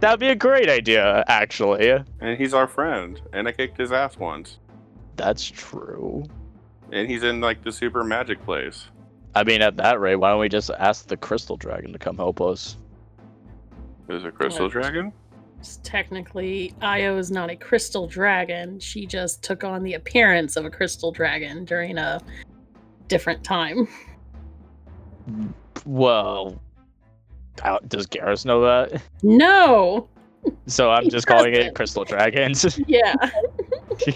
Speaker 5: that'd be a great idea, actually.
Speaker 3: And he's our friend. And I kicked his ass once.
Speaker 5: That's true.
Speaker 3: And he's in like the super magic place.
Speaker 5: I mean, at that rate, why don't we just ask the crystal dragon to come help us?
Speaker 3: There's a crystal
Speaker 4: Yeah.
Speaker 3: dragon?
Speaker 4: technically Io is not a crystal dragon. She just took on the appearance of a crystal dragon during a different time.
Speaker 5: Well, I don't- does Garrus know that?
Speaker 4: No.
Speaker 5: So I'm
Speaker 4: He
Speaker 5: just calling
Speaker 4: doesn't.
Speaker 5: it crystal dragons.
Speaker 4: Yeah.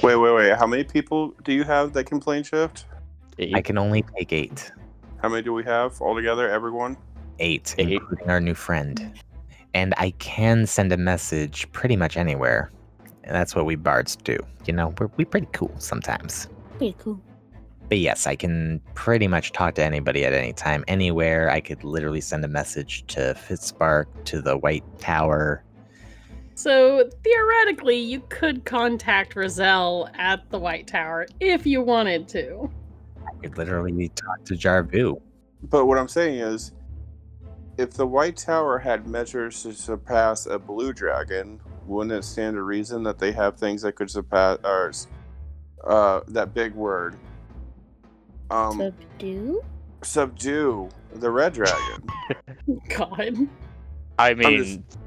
Speaker 3: Wait, wait, wait. How many people do you have that can plane shift?
Speaker 6: I can only take eight.
Speaker 3: How many do we have altogether? Everyone?
Speaker 6: eight,
Speaker 5: Eight.
Speaker 6: including our new friend. And I can send a message pretty much anywhere And that's what we bards do. You know, we're, we're pretty cool sometimes.
Speaker 2: Pretty cool.
Speaker 6: But yes, I can pretty much talk to anybody at any time, anywhere. I could literally send a message to Fitzspark, to the White Tower.
Speaker 4: So theoretically, you could contact Roselle at the White Tower if you wanted to.
Speaker 6: I could literally talk to Jarvu.
Speaker 3: But what I'm saying is, if the White Tower had measures to surpass a blue dragon, wouldn't it stand to reason that they have things that could surpass or, uh, that big word? Um,
Speaker 2: Subdue?
Speaker 3: subdue the red dragon.
Speaker 4: God.
Speaker 5: I
Speaker 3: I'm
Speaker 5: mean,
Speaker 3: just-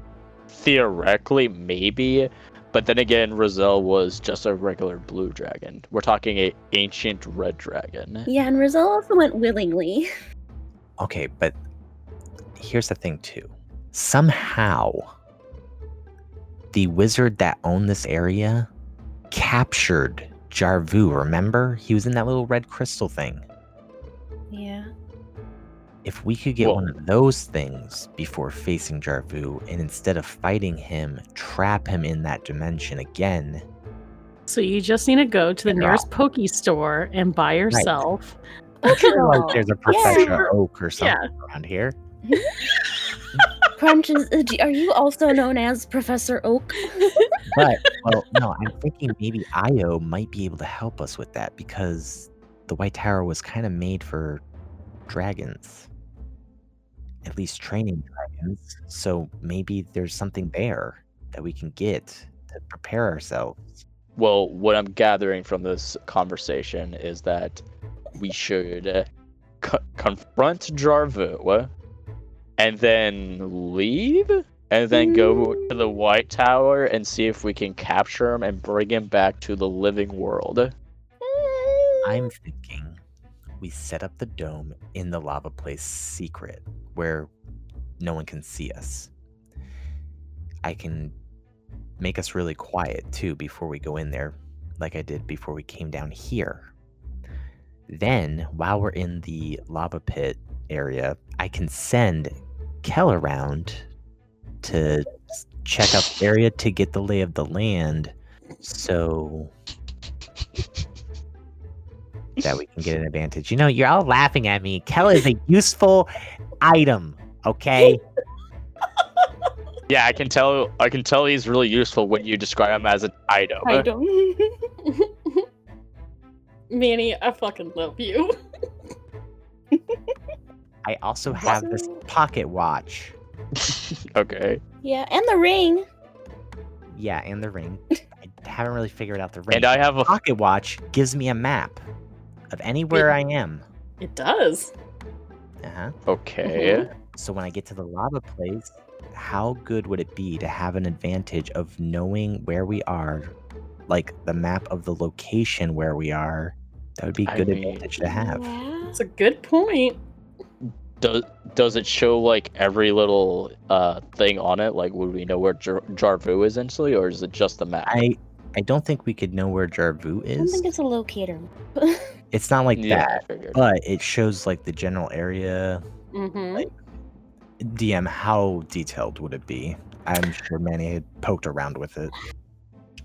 Speaker 5: theoretically, maybe, but then again, Roselle was just a regular blue dragon. We're talking a ancient red dragon.
Speaker 2: Yeah, and Rizal also went willingly.
Speaker 6: Okay, but here's the thing, too. Somehow, the wizard that owned this area captured Jarvu, remember? He was in that little red crystal thing.
Speaker 12: Yeah.
Speaker 6: If we could get
Speaker 5: Well-
Speaker 6: one of those things before facing Jarvu, and instead of fighting him, trap him in that dimension again,
Speaker 4: So you just need to go to the nearest Poke store and buy yourself.
Speaker 6: I'm sure like there's a professional
Speaker 4: Yeah.
Speaker 6: oak or something
Speaker 4: Yeah.
Speaker 6: around here.
Speaker 2: Crunch is. uh, Are you also known as Professor Oak?
Speaker 6: But well, no, I'm thinking maybe Io might be able to help us with that because the White Tower was kind of made for dragons, at least training dragons. So maybe there's something there that we can get to prepare ourselves.
Speaker 5: Well, what I'm gathering from this conversation is that we should uh, co- confront Jarvu and then leave and then go to the White Tower and see if we can capture him and bring him back to the living world.
Speaker 6: I'm thinking we set up the dome in the lava place secret where no one can see us. I can make us really quiet too before we go in there, like I did before we came down here. Then, while we're in the lava pit area, I can send Kel around to s- check out the area to get the lay of the land so that we can get an advantage. You know, you're all laughing at me. Kel is a useful item, okay?
Speaker 5: Yeah, I can tell. I can tell he's really useful when you describe him as an item.
Speaker 6: Uh,
Speaker 12: I don't.
Speaker 4: Manny, I fucking love you.
Speaker 6: I also have this pocket watch.
Speaker 5: okay.
Speaker 2: yeah, and the ring.
Speaker 6: Yeah, and the ring. I haven't really figured out the ring.
Speaker 5: And I have a
Speaker 6: pocket watch gives me a map of anywhere I am.
Speaker 4: It does.
Speaker 6: Uh-huh.
Speaker 5: okay.
Speaker 6: So when I get to the lava place, how good would it be to have an advantage of knowing where we are, like the map of the location where we are? That would be
Speaker 5: I
Speaker 6: good
Speaker 5: mean-
Speaker 6: advantage to have.
Speaker 4: It's a good point.
Speaker 5: Does does it show like every little uh thing on it? Like, would we know where Jar- Jarvu is essentially, or is it just the map?
Speaker 6: I I don't think we could know where Jarvu
Speaker 2: I don't
Speaker 6: is.
Speaker 2: think it's a locator.
Speaker 6: It's not like
Speaker 5: yeah,
Speaker 6: that,
Speaker 5: I figured.
Speaker 6: but it shows like the general area.
Speaker 4: Mm-hmm.
Speaker 6: DM, how detailed would it be? I'm sure Manny had poked around with it.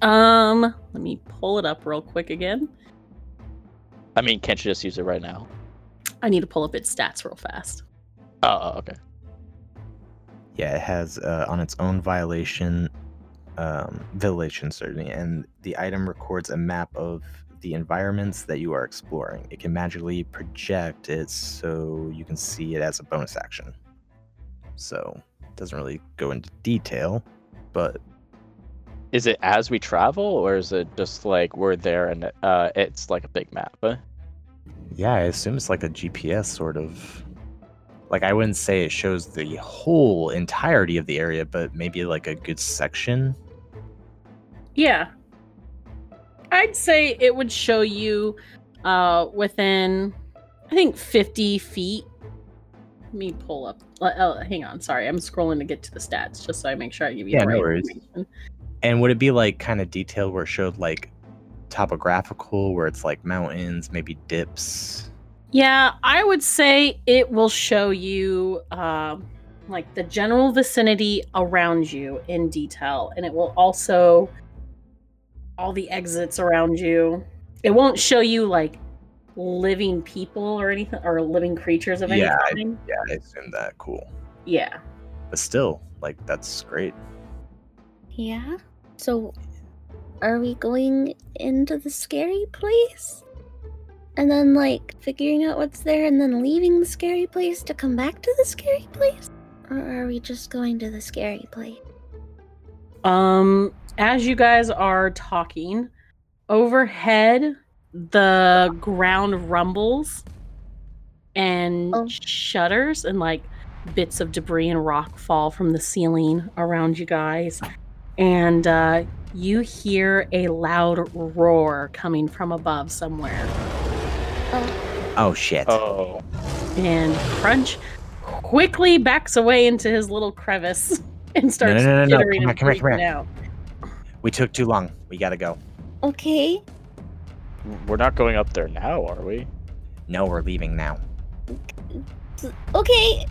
Speaker 4: Um, let me pull it up real quick again.
Speaker 5: I mean, can't you just use it right now?
Speaker 4: I need to pull up its stats real fast.
Speaker 5: Oh, oh, okay.
Speaker 6: Yeah, it has uh, on its own violation, um, violation certainly, and the item records a map of the environments that you are exploring. It can magically project it so you can see it as a bonus action. So, it doesn't really go into detail, but
Speaker 5: Is it as we travel, or is it just like we're there and uh, it's like a big map? huh?
Speaker 6: Yeah, I assume it's like a GPS sort of. Like I wouldn't say it shows the whole entirety of the area, but maybe like a good section.
Speaker 4: Yeah. I'd say it would show you uh within I think 50 feet. Let me pull up. uh, Oh, hang on. Sorry. I'm scrolling to get to the stats just so I make sure I give you
Speaker 6: Yeah,
Speaker 4: the
Speaker 6: no
Speaker 4: right
Speaker 6: worries.
Speaker 4: information.
Speaker 6: And would it be like kind of detailed where it showed like topographical, where it's like mountains, maybe dips?
Speaker 4: Yeah, I would say it will show you um like the general vicinity around you in detail and it will also
Speaker 11: all the exits around you. It won't show you like living people or anything or living creatures of any
Speaker 6: yeah, I,
Speaker 11: kind.
Speaker 6: yeah, I assumed that. Cool.
Speaker 11: Yeah.
Speaker 6: But still, like, that's great.
Speaker 2: Yeah. So, are we going into the scary place? And then, like, figuring out what's there and then leaving the scary place to come back to the scary place? Or are we just going to the scary place?
Speaker 11: Um as you guys are talking, overhead the ground rumbles and shudders and like bits of debris and rock fall from the ceiling around you guys and uh, you hear a loud roar coming from above somewhere
Speaker 6: Oh shit.
Speaker 5: Oh.
Speaker 11: and crunch quickly backs away into his little crevice and starts
Speaker 6: no, no, no.
Speaker 11: jittering
Speaker 6: Come
Speaker 11: and
Speaker 6: here, come here, come
Speaker 11: freaking
Speaker 6: here.
Speaker 11: out
Speaker 6: We took too long. We gotta go.
Speaker 2: Okay.
Speaker 5: We're not going up there now, are we?
Speaker 6: No, we're leaving now.
Speaker 2: Okay.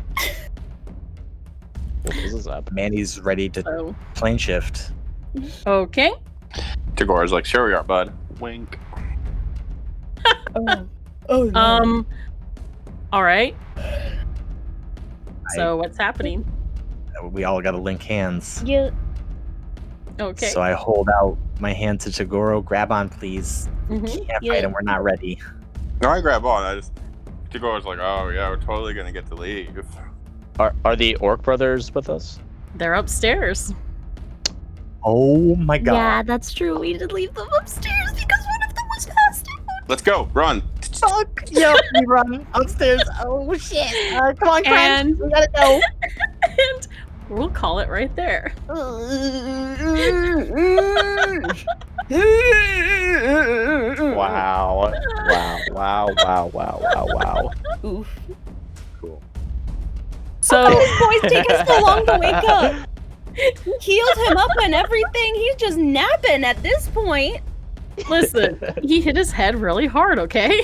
Speaker 5: This is up.
Speaker 6: Manny's ready to
Speaker 11: So-
Speaker 6: plane shift.
Speaker 11: okay
Speaker 3: Tagor's like, sure we are, bud. Wink.
Speaker 11: oh um all right so what's happening
Speaker 6: We all gotta link hands.
Speaker 2: Yeah.
Speaker 11: okay
Speaker 6: So I hold out my hand to Tagoro. Grab on, please.
Speaker 11: Mhm.
Speaker 6: Can't fight him. We're not ready.
Speaker 3: No, I grab on. I just Tagor's like, oh yeah, we're totally gonna get to leave.
Speaker 5: Are are the orc brothers with us?
Speaker 11: they're upstairs
Speaker 6: Oh my god.
Speaker 2: Yeah, that's true. We did leave them upstairs because one of them was passed
Speaker 3: Let's go, run.
Speaker 6: Fuck! Yep, we run upstairs. Oh shit! Uh, come on,
Speaker 11: And-
Speaker 6: we gotta go.
Speaker 11: and we'll call it right there
Speaker 5: Wow. Wow. Wow. Wow. Wow. Wow. Wow.
Speaker 13: Oof.
Speaker 5: Cool.
Speaker 11: so
Speaker 13: This boy's taking so long to wake up. Healed him up and everything. He's just napping at this point.
Speaker 11: Listen, he hit his head really hard, okay?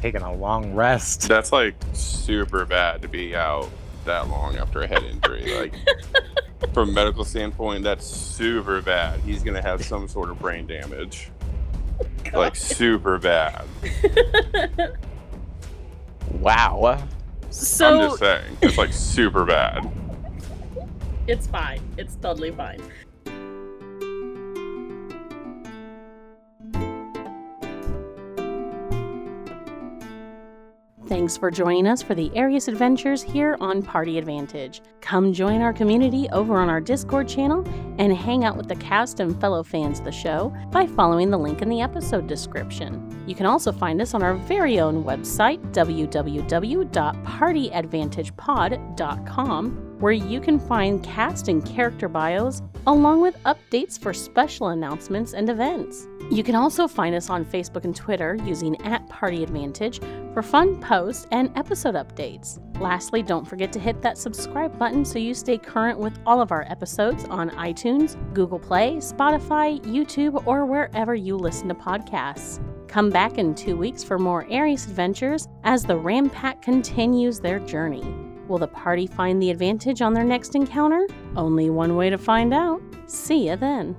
Speaker 6: Taking a long rest.
Speaker 3: That's like super bad to be out that long after a head injury. Like from a medical standpoint, that's super bad. He's gonna have some sort of brain damage. Like super bad.
Speaker 5: Wow.
Speaker 3: I'm
Speaker 11: So
Speaker 3: just saying. It's like super bad.
Speaker 11: it's fine. It's totally fine. Thanks for joining us for the Arius Adventures here on Party Advantage. Come join our community over on our Discord channel and hang out with the cast and fellow fans of the show by following the link in the episode description. You can also find us on our very own website, www.partyadvantagepod.com, where you can find cast and character bios along with updates for special announcements and events. You can also find us on Facebook and Twitter using at Party Advantage for fun posts and episode updates. Lastly, don't forget to hit that subscribe button so you stay current with all of our episodes on iTunes, Google Play, Spotify, YouTube, or wherever you listen to podcasts. Come back in two weeks for more Aries adventures as the Ram Pack continues their journey. Will the party find the advantage on their next encounter? Only one way to find out. See ya then.